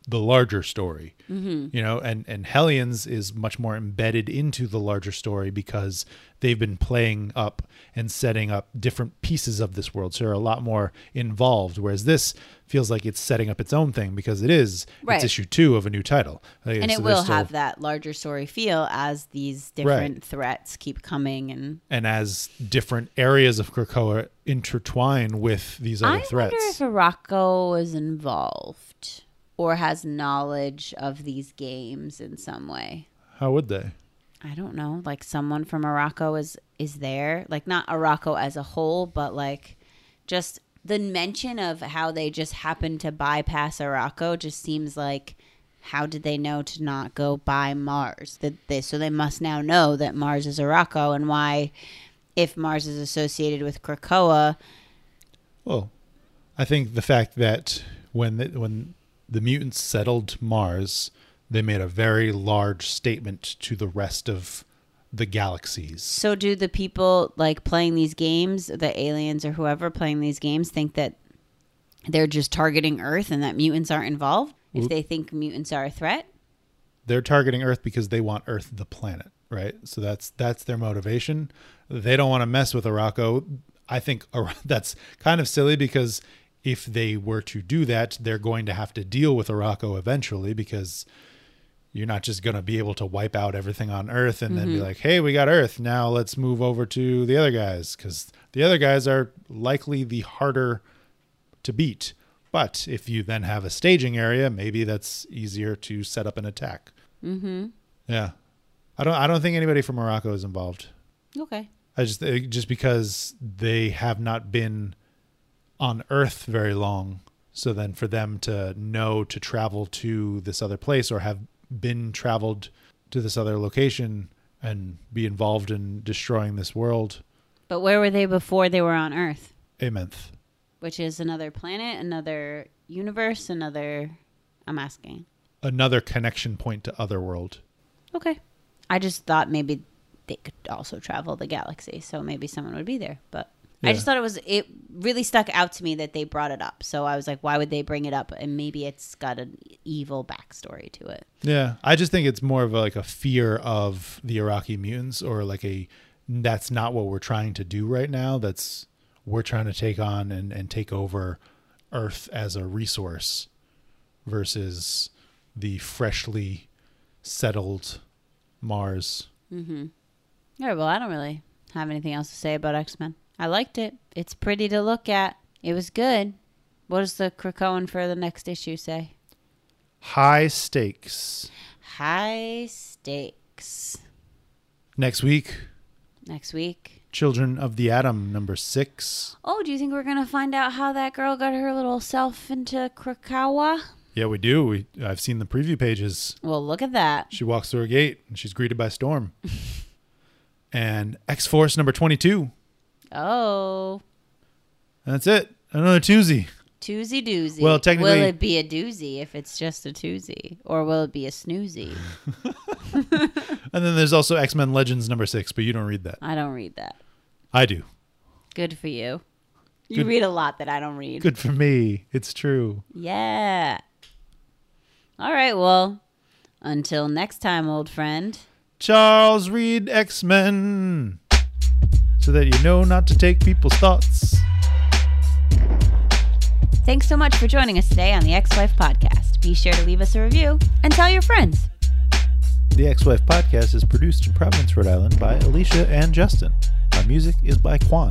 Speaker 1: the larger story.
Speaker 2: Mm-hmm.
Speaker 1: You know, and and Hellions is much more embedded into the larger story because they've been playing up and setting up different pieces of this world. So they're a lot more involved whereas this feels like it's setting up its own thing because it is
Speaker 2: Right.
Speaker 1: it's issue 2 of a new title. Like,
Speaker 2: And
Speaker 1: so
Speaker 2: it
Speaker 1: they're
Speaker 2: will
Speaker 1: still-
Speaker 2: have that larger story feel as these different threats keep coming. And
Speaker 1: and as different areas of Krakoa intertwine with these other
Speaker 2: I
Speaker 1: threats.
Speaker 2: wonder if Morocco is involved or has knowledge of these games in some way.
Speaker 1: How would they?
Speaker 2: I don't know, like someone from Morocco is is there, like not Morocco as a whole, but like just the mention of how they just happened to bypass Morocco just seems like how did they know to not go by Mars? That they so they must now know that Mars is Morocco and why if Mars is associated with Krakoa,
Speaker 1: Well, I think the fact that when the, when the mutants settled Mars, they made a very large statement to the rest of the galaxies.
Speaker 2: so do the people like playing these games, the aliens or whoever playing these games think that they're just targeting Earth and that mutants aren't involved? If they think mutants are a threat?
Speaker 1: They're targeting Earth because they want Earth the planet, right? So that's that's their motivation. They don't want to mess with Araco. I think [laughs] Ar- that's kind of silly because if they were to do that, they're going to have to deal with Araco eventually because you're not just going to be able to wipe out everything on earth and then be like hey we got earth now let's move over to the other guys because the other guys are likely the harder to beat but if you then have a staging area maybe that's easier to set up an attack mm-hmm. yeah i don't i don't think anybody from morocco is involved
Speaker 2: Okay.
Speaker 1: I just uh, just because they have not been on Earth very long, so then for them to know to travel to this other place or have been traveled to this other location and be involved in destroying this world,
Speaker 2: But where were they before they were on Earth?
Speaker 1: Amenth.
Speaker 2: Which is another planet, another universe, another. I'm asking.
Speaker 1: Another connection point to other world.
Speaker 2: Okay. I just thought maybe they could also travel the galaxy, so maybe someone would be there. But I
Speaker 1: Yeah.
Speaker 2: just thought it was. It really stuck out to me that they brought it up. So I was like, why would they bring it up? And maybe it's got an evil backstory to it.
Speaker 1: Yeah, I just think it's more of a, like a fear of the Iraqi mutants, or like a that's not what we're trying to do right now. That's we're trying to take on and and take over Earth as a resource versus the freshly settled Mars.
Speaker 2: All right. Well, I don't really have anything else to say about X Men. I liked it. It's pretty to look at. It was good. What does the Krakoan for the next issue say?
Speaker 1: High stakes.
Speaker 2: High stakes.
Speaker 1: Next week,
Speaker 2: Next week.
Speaker 1: Children of the Atom number 6.
Speaker 2: Oh, do you think we're going to find out how that girl got her little self into Krakoa?
Speaker 1: Yeah, we do. We I've seen the preview pages.
Speaker 2: Well, look at that.
Speaker 1: She walks through a gate and she's greeted by storm. and X Force number 22.
Speaker 2: Oh,
Speaker 1: And that's it. Another Tuesday.
Speaker 2: doozy doozy.
Speaker 1: Well, technically-
Speaker 2: Will it be a doozy if it's just a toozy? Or will it be a snoozy?
Speaker 1: And then there's also X Men Legends number six, but you don't read that.
Speaker 2: I don't read that.
Speaker 1: I do.
Speaker 2: Good for you. You
Speaker 1: Good-
Speaker 2: read a lot that I don't read.
Speaker 1: Good for me. It's true.
Speaker 2: Yeah. All right, well, until next time, old friend.
Speaker 1: Charles, read X Men so that you know not to take people's thoughts.
Speaker 2: Thanks so much for joining us today on the Ex Wife Podcast. Be sure to leave us a review and tell your friends.
Speaker 1: The Ex Wife podcast is produced in Providence, Rhode Island by Alicia and Justin. Our music is by Quan.